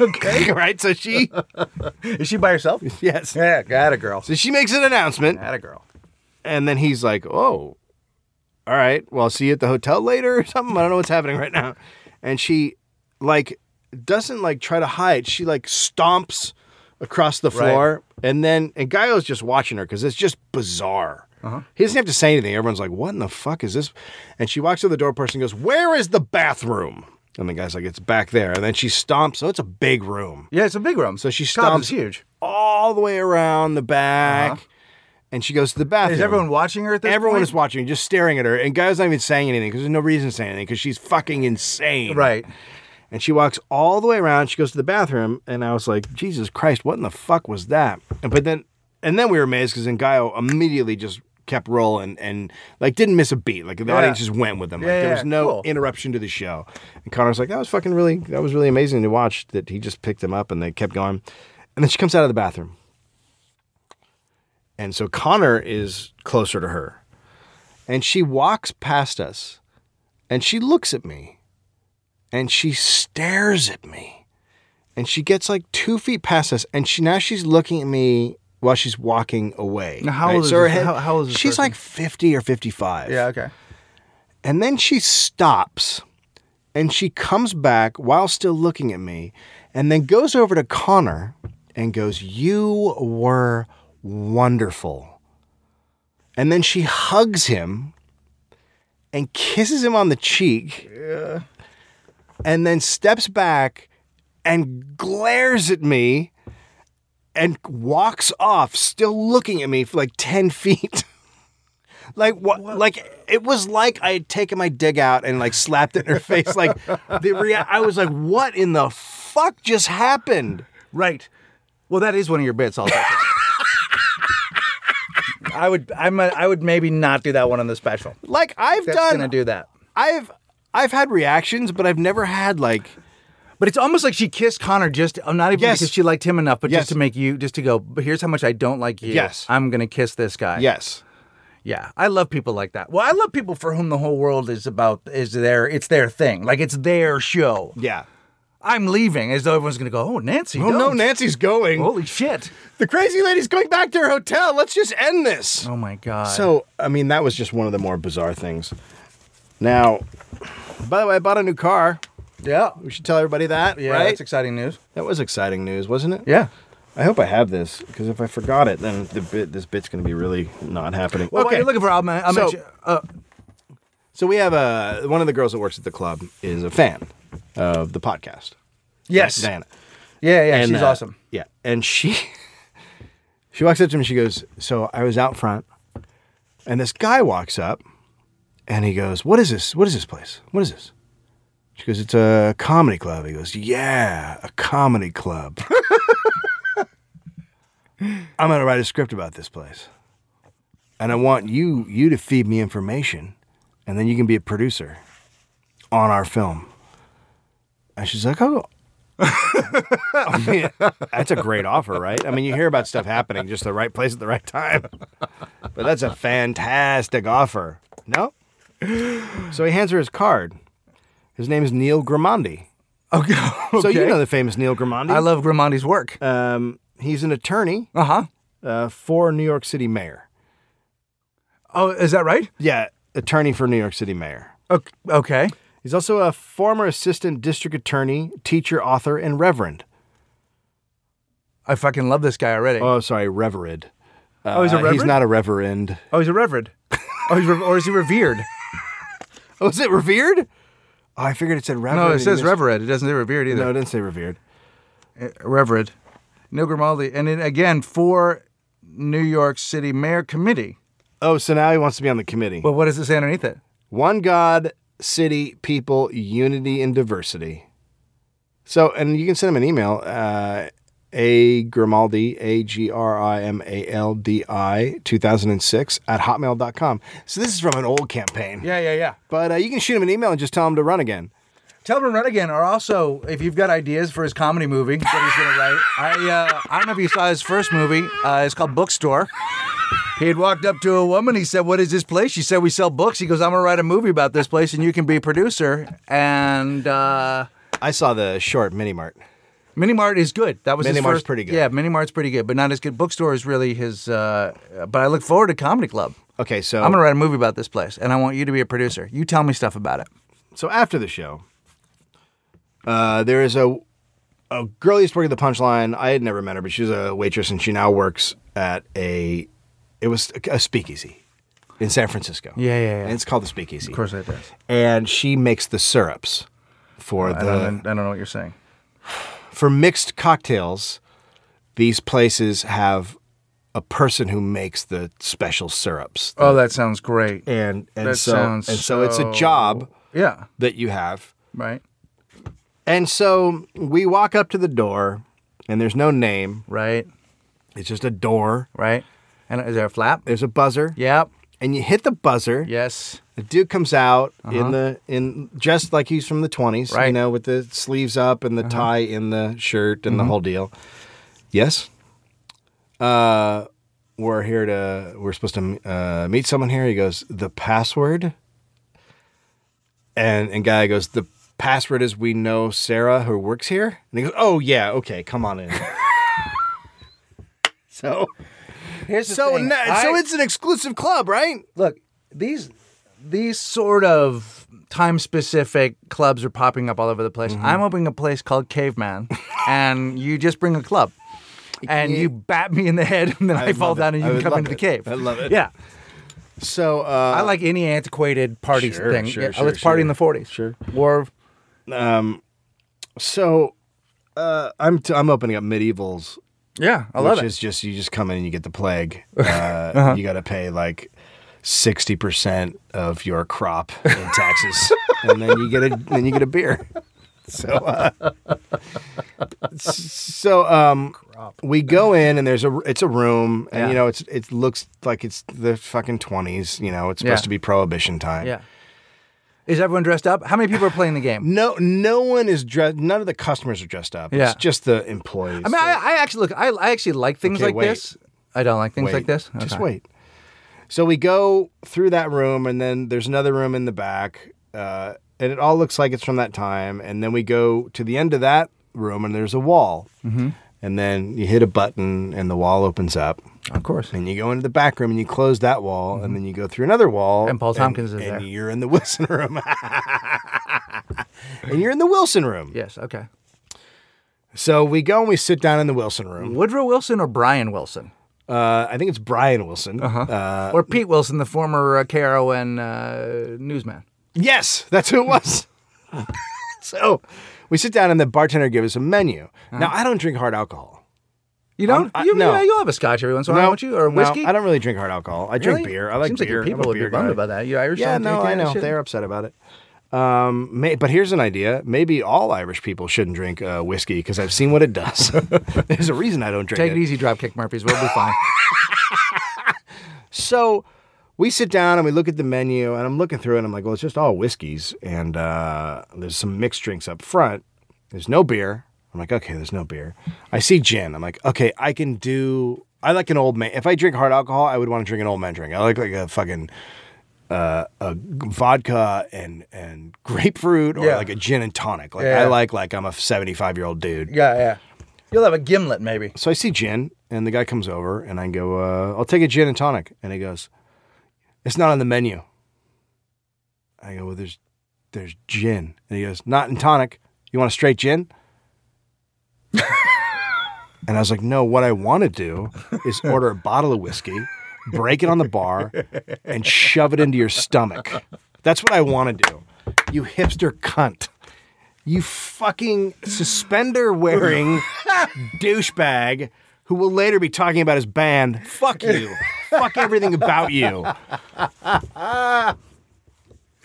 B: Okay.
A: right? So she,
B: Is she by herself?
A: *laughs* yes.
B: Yeah, got a girl.
A: So she makes an announcement.
B: Got a girl.
A: And then he's like, Oh, all right. Well, see you at the hotel later or something. I don't know what's happening right now. And she, like, doesn't like try to hide. She like stomps across the
B: Right.
A: floor. And then, and Gaio's just watching her because it's just bizarre.
B: Uh-huh.
A: He doesn't have to say anything. Everyone's like, What in the fuck is this? And she walks to the door person and goes, Where is the bathroom? And the guy's like, It's back there. And then she stomps. So it's a big room
B: Yeah, it's a big room.
A: So she
B: Top is
A: stomps-
B: huge.
A: all the way around the back. And she goes to the bathroom.
B: Uh-huh. Is everyone watching her at this
A: Everyone
B: point?
A: is watching, just staring at her, and guy's not even saying anything because there's no reason to say anything because she's fucking insane.
B: Right.
A: And she walks all the way around. She goes to the bathroom, and I was like, Jesus Christ, what in the fuck was that? And but then, and then we were amazed because Gaio immediately just kept rolling and like didn't miss a beat. Like the
B: Yeah.
A: audience just went with him. Like
B: Yeah,
A: there
B: yeah,
A: was no
B: cool.
A: interruption to the show. And Connor's like, that was fucking really, that was really amazing to watch. That he just picked him up and they kept going. And then she comes out of the bathroom, and so Connor is closer to her, and she walks past us, and she looks at me and she stares at me and she gets like two feet past us and she now she's looking at me while she's walking away
B: Now, how old is
A: her
B: this- how- how old is this
A: she's
B: person?
A: like 50 or 55
B: Yeah, okay.
A: and then she stops and she comes back while still looking at me and then goes over to Connor and goes, You were wonderful. And then she hugs him and kisses him on the cheek. And then steps back and glares at me and walks off, still looking at me for like 10 *laughs* feet. Like what, Like it was like I had taken my dig out and like slapped it in her face. Like the rea- I was like, "What in the fuck just happened?"
B: Right. Well, that is one of your bits. Also. I would, I might, I would maybe not do that one on the special.
A: Like I've
B: That's
A: done,
B: gonna do that.
A: I've I've had reactions, but I've never had like
B: But it's almost like she kissed Connor just uh, not even
A: Yes.
B: because she liked him enough, but
A: Yes.
B: just to make you just to go. But here's how much I don't like you.
A: Yes.
B: I'm gonna kiss this guy.
A: yes,
B: yeah. I love people like that. Well, I love people for whom the whole world is about is their it's their thing, like it's their show.
A: yeah.
B: I'm leaving, as though everyone's gonna go. Oh, Nancy.
A: Oh no,
B: don't."
A: Nancy's going.
B: Holy shit.
A: The crazy lady's going back to her hotel. Let's just end this.
B: Oh my god.
A: So I mean, that was just one of the more bizarre things. Now, by the way, I bought a new car.
B: yeah,
A: We should tell everybody that,
B: yeah.
A: right?
B: That's exciting news.
A: that was exciting news, wasn't it?
B: Yeah.
A: I hope I have this because if I forgot it, then the bit this bit's gonna be really not happening.
B: Well, okay. you're looking for album, I'll
A: So-
B: mention. Uh,
A: so we have a one of the girls that works at the club is a fan of the podcast.
B: yes.
A: Diana.
B: Yeah, yeah. she's
A: uh,
B: awesome.
A: Yeah, and she *laughs* she walks up to me. and She goes, "So I was out front, and this guy walks up, and he goes, "What is this? What is this place? What is this?" She goes, "It's a comedy club." He goes, "Yeah, a comedy club." *laughs* I'm gonna write a script about this place, and I want you you to feed me information, and then you can be a producer on our film. And she's like, "Oh, I mean, *laughs* that's a great offer, right? I mean, you hear about stuff happening just the right place at the right time. But that's a fantastic offer. No? So he hands her his card. His name is Neil Grimandi.
B: Okay.
A: So you
B: okay.
A: know the famous Neil Grimandi.
B: *laughs* I love Grimaldi's work.
A: um, he's an attorney
B: Uh huh.
A: uh, for New York City mayor.
B: Oh, is that right?
A: Yeah, attorney for New York City mayor.
B: Ok- Okay.
A: He's also a former assistant district attorney, teacher, author, and reverend.
B: I fucking love this guy already.
A: Oh, sorry, reverend.
B: oh, he's a
A: Uh,
B: reverend.
A: He's not a reverend.
B: oh, he's a reverend. oh, he's re- or is he revered? *laughs*
A: *laughs* Oh, is it revered? Oh, I figured it said reverend.
B: No, it
A: and
B: says
A: you missed-
B: reverend. It doesn't say revered
A: No,
B: either.
A: it didn't say revered.
B: Uh, reverend. Neil Grimaldi, and then again for New York City Mayor Committee.
A: Oh, so now he wants to be on the committee.
B: Well, what does it say underneath it?
A: One God, city, people, unity, and diversity. So, and you can send him an email, uh, a Grimaldi, A G R I M A L D I, 2006 at hotmail.com. So this is from an old campaign.
B: Yeah, yeah, yeah.
A: But uh, you can shoot him an email and just tell him to run again.
B: Telvin Redigan are also, if you've got ideas for his comedy movie that he's going to write, I, uh, I don't know if you saw his first movie. Uh, it's called Bookstore. He had walked up to a woman. He said, What is this place? She said, We sell books. He goes, I'm going to write a movie about this place and you can be a producer. And uh,
A: I saw the short mini mart.
B: Minimart is good. That was his
A: Minimart's
B: first-
A: pretty good.
B: Yeah, Minimart's pretty good, but not as good. Bookstore is really his. Uh, but I look forward to Comedy Club.
A: Okay, so
B: I'm going to write a movie about this place and I want you to be a producer. You tell me stuff about it.
A: so after the show, uh, there is a a girl used to work at the Punchline. I had never met her, but she was a waitress, and she now works at a it was a, speakeasy in San Francisco.
B: Yeah, yeah, yeah.
A: And it's called the Speakeasy, of
B: it does.
A: And she makes the syrups for
B: I
A: the
B: don't, I don't know what you're saying.
A: for mixed cocktails. These places have a person who makes the special syrups,
B: Oh, that sounds great.
A: and and
B: That
A: so
B: sounds
A: and so it's a
B: so-
A: job
B: Yeah,
A: that you have.
B: right,
A: And so we walk up to the door, and there's no name.
B: right,
A: It's just a door.
B: right. And is there a flap?
A: There's a buzzer,
B: Yep.
A: and you hit the buzzer.
B: Yes.
A: The dude comes out in the in just like he's from the 20s, you
B: Uh-huh. Right. Uh-huh.
A: know, with the sleeves up and the tie in the shirt
B: Mm-hmm.
A: and the whole deal. Yes. Uh, we're here to we're supposed to uh, meet someone here. He goes, "The password." And and guy goes, "The password is we know Sarah who works here." And he goes, "Oh yeah, okay, come
B: *laughs*
A: on in." so
B: Here's the
A: so
B: thing.
A: na- so
B: I-
A: it's an exclusive club, right?
B: look these these sort of time specific clubs are popping up all over the place. I'm opening a place called *laughs* Caveman, and you just bring a club. And you bat me in the head, and then I,
A: would
B: fall
A: love it.
B: down,
A: I
B: and you
A: would
B: can come
A: love
B: into
A: it.
B: the cave.
A: I love it.
B: Yeah,
A: So uh,
B: I like any antiquated party
A: Sure,
B: thing.
A: sure,
B: yeah,
A: sure,
B: let's party in
A: sure.
B: the '40s.
A: Sure.
B: Or
A: So uh, I'm t- I'm opening up medievals,
B: yeah, I love
A: which
B: it. Uh-huh.
A: is just you just come in and you get the
B: *laughs*
A: plague. Uh, You got to pay like sixty percent of your crop in
B: *laughs*
A: taxes, and then you get a then you get a beer. So
B: *laughs*
A: uh, s- so um. We go in and there's a it's a room and
B: Yeah.
A: you know it's it looks like it's the fucking twenties you know it's supposed
B: Yeah.
A: to be prohibition time
B: yeah. Is everyone dressed up? How many people are playing the *sighs* game?
A: no no one is dressed none of the customers are dressed up
B: Yeah.
A: it's just the employees
B: I mean, I, I actually look. I, I actually like things
A: Okay,
B: like
A: wait.
B: this. I don't like things
A: wait.
B: like this.
A: Just
B: Okay.
A: wait. So we go through that room, and then there's another room in the back, uh, and it all looks like it's from that time. And then we go to the end of that room, and there's a wall. Mm-hmm. And then you hit a button, and the wall opens up.
B: Of course.
A: And you go into the back room, and you close that wall, and then you go through another wall.
B: Mm-hmm. And Paul Tompkins is
A: and
B: there.
A: you're in the *laughs* Wilson room. and you're in the Wilson room.
B: Yes. Okay.
A: So we go and we sit down in the Wilson room.
B: Woodrow Wilson or Brian Wilson?
A: Uh, I think it's Brian Wilson. Uh-huh. Uh,
B: or Pete Wilson, the former uh, KRON uh, newsman.
A: Yes, that's who it was. *laughs* so we sit down and the bartender gives us a menu. Now I don't drink hard alcohol.
B: You don't?
A: I-
B: you,
A: no.
B: you, will have a scotch every once in a while,
A: No,
B: won't you? Or
A: no,
B: whiskey?
A: I don't really drink hard alcohol. I drink
B: Really?
A: beer. I like
B: Seems like
A: beer.
B: your
A: I'm
B: people
A: a
B: would be
A: beer
B: bummed
A: guy.
B: about that. You Irish
A: Yeah,
B: don't
A: no,
B: drink
A: I
B: that
A: know
B: shit?
A: they're upset about it. Um, may, but here's an idea. Maybe all Irish people shouldn't drink uh, whiskey because I've seen what it does. *laughs* There's a reason I don't drink
B: Take
A: it.
B: it easy, Dropkick
A: *laughs*
B: Murphys. We'll be fine.
A: So we sit down and we look at the menu, and I'm looking through it, and I'm like, well, it's just all whiskeys, and uh, there's some mixed drinks up front. There's no beer. I'm like, okay, there's no beer. I see gin. I'm like, okay, I can do. I like an old man. If I drink hard alcohol, I would want to drink an old man drink. I like like a fucking uh, a vodka and and *laughs* grapefruit, or
B: Yeah.
A: like a gin and tonic. Like
B: Yeah,
A: I
B: yeah.
A: like like I'm a 75 year old dude.
B: yeah, yeah. You'll have a gimlet, maybe.
A: So I see gin, and the guy comes over, and I go, uh, "I'll take a gin and tonic," and he goes, "It's not on the menu." I go, "Well, there's, there's gin," and he goes, "Not in tonic. You want a straight gin?" and I was like, "No. What I want to do
B: *laughs*
A: is order a bottle of whiskey, break it on the bar, and shove it into your stomach. That's what I want to do. You hipster cunt." You fucking suspender
B: *laughs*
A: wearing douchebag who will later be talking about his band. Fuck you. Fuck everything about you. *laughs*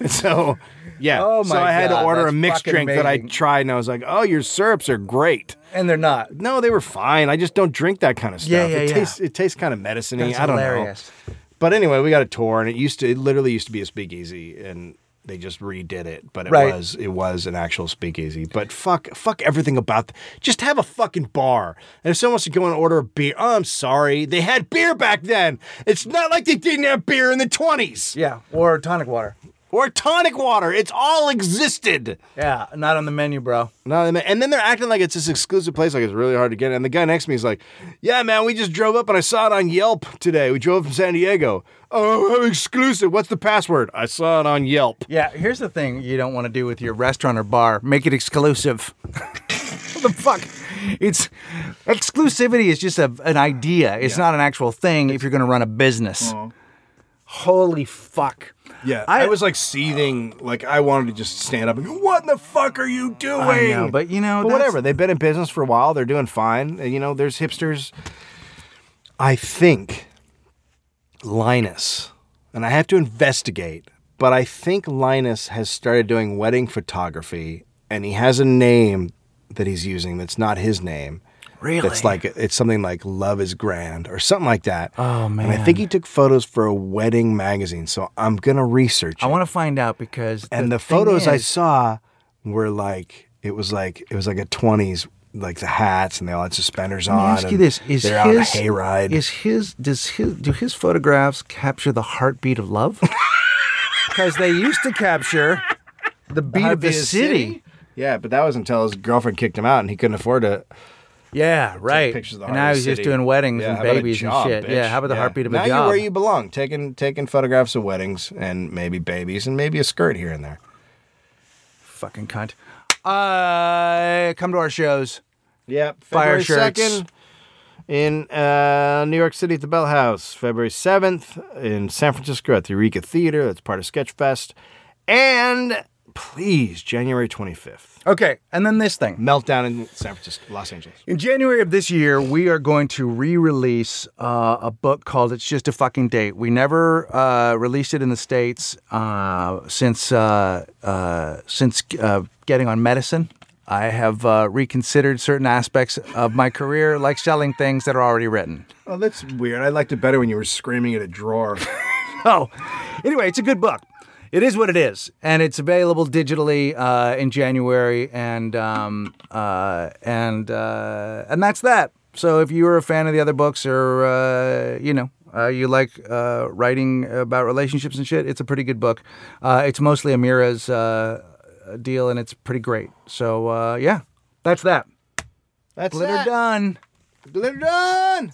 A: And so, yeah.
B: Oh
A: so
B: my
A: I had to
B: God,
A: order a
B: that's
A: mixed
B: fucking
A: drink that I
B: amazing.
A: tried, and I was like, "Oh, your syrups are great."
B: And they're not.
A: No, they were fine. I just don't drink that kind of stuff.
B: Yeah, yeah,
A: it
B: yeah.
A: tastes it tastes kind of medicine-y.
B: That's
A: I don't
B: hilarious.
A: know. But anyway, we got a tour, and it used to it literally used to be a speakeasy, and They just redid it, but it
B: Right.
A: was it was an actual speakeasy. But fuck, fuck everything about. th- just have a fucking bar. And if someone wants to go and order a beer, oh, I'm sorry, they had beer back then. It's not like they didn't have beer in the twenties
B: Yeah, or tonic water.
A: or tonic water. It's all existed.
B: Yeah, not on the menu, bro.
A: No, they ma- and then they're acting like it's this exclusive place, like it's really hard to get. And the guy next to me is like, "Yeah, man, we just drove up and I saw it on Yelp today. We drove from San Diego. Oh, how exclusive! What's the password? I saw it on Yelp.
B: Yeah, here's the thing you don't want to do with your restaurant or bar: make it exclusive. *laughs* what the fuck? It's exclusivity is just a, an idea. It's not an actual thing. If you're going to run a business, holy fuck.
A: Uh-huh. Yeah,
B: I-
A: I, was like seething, like I wanted to just stand up and go, "What the fuck are you doing?"
B: I know, but you know,
A: But
B: that's-
A: whatever. They've been in business for a while. They're doing fine. And, you know, there's hipsters. I think Linus, and I have to investigate, but I think Linus has started doing wedding photography and he has a name that he's using that's not his name.
B: Really?
A: It's like it's something like love is grand or something like that.
B: Oh,
A: And I
B: man.
A: think he took photos for a wedding magazine, so I'm gonna research.
B: I
A: it
B: want to find out because
A: and the,
B: thing
A: photos I
B: is-
A: saw were like it was like it was like a twenties like the hats and they all had suspenders
B: Let me
A: on.
B: ask
A: and
B: you this: Is
A: they're on a
B: his
A: hayride?
B: Is his does his do his photographs capture the heartbeat of
A: *laughs*
B: love? Because they used to capture the beat of the city.
A: Yeah, but that was until his girlfriend kicked him out and he couldn't afford to.
B: Yeah, right.
A: pictures of the
B: and
A: heart
B: now
A: of the
B: he's just
A: city.
B: doing weddings
A: Yeah,
B: and
A: how about a
B: babies
A: job,
B: and shit.
A: bitch?
B: Yeah, how about the heartbeat of a
A: now
B: job?
A: you're where you belong, taking taking photographs of weddings and maybe babies and maybe a skirt here and there.
B: Fucking cunt. Uh, come to our shows.
A: Yep.
B: Fire
A: February
B: shirts.
A: 2nd in uh, New York City at the Bell House. February 7th in San Francisco at the Eureka Theater. That's part of Sketchfest. And please, January 25th.
B: Okay, and then this thing.
A: Meltdown in San Francisco, Los Angeles.
B: In January of this year, we are going to re-release uh, a book called "It's Just a Fucking Date." We never uh, released it in the states uh, since uh, uh, since uh, getting on medicine. I have uh, reconsidered certain aspects of my career, like selling things that are already written.
A: Oh, that's weird. I liked it better when you were screaming at a drawer.
B: *laughs* Oh, anyway, it's a good book. It is what it is, and it's available digitally uh, in January, and um, uh, and uh, and that's that. So if you're a fan of the other books, or uh, you know, uh, you like uh, writing about relationships and shit, it's a pretty good book. Uh, it's mostly Amira's uh, deal, and it's pretty great. So uh, yeah, that's that.
A: That's
B: Glitter
A: it.
B: done.
A: Glitter done.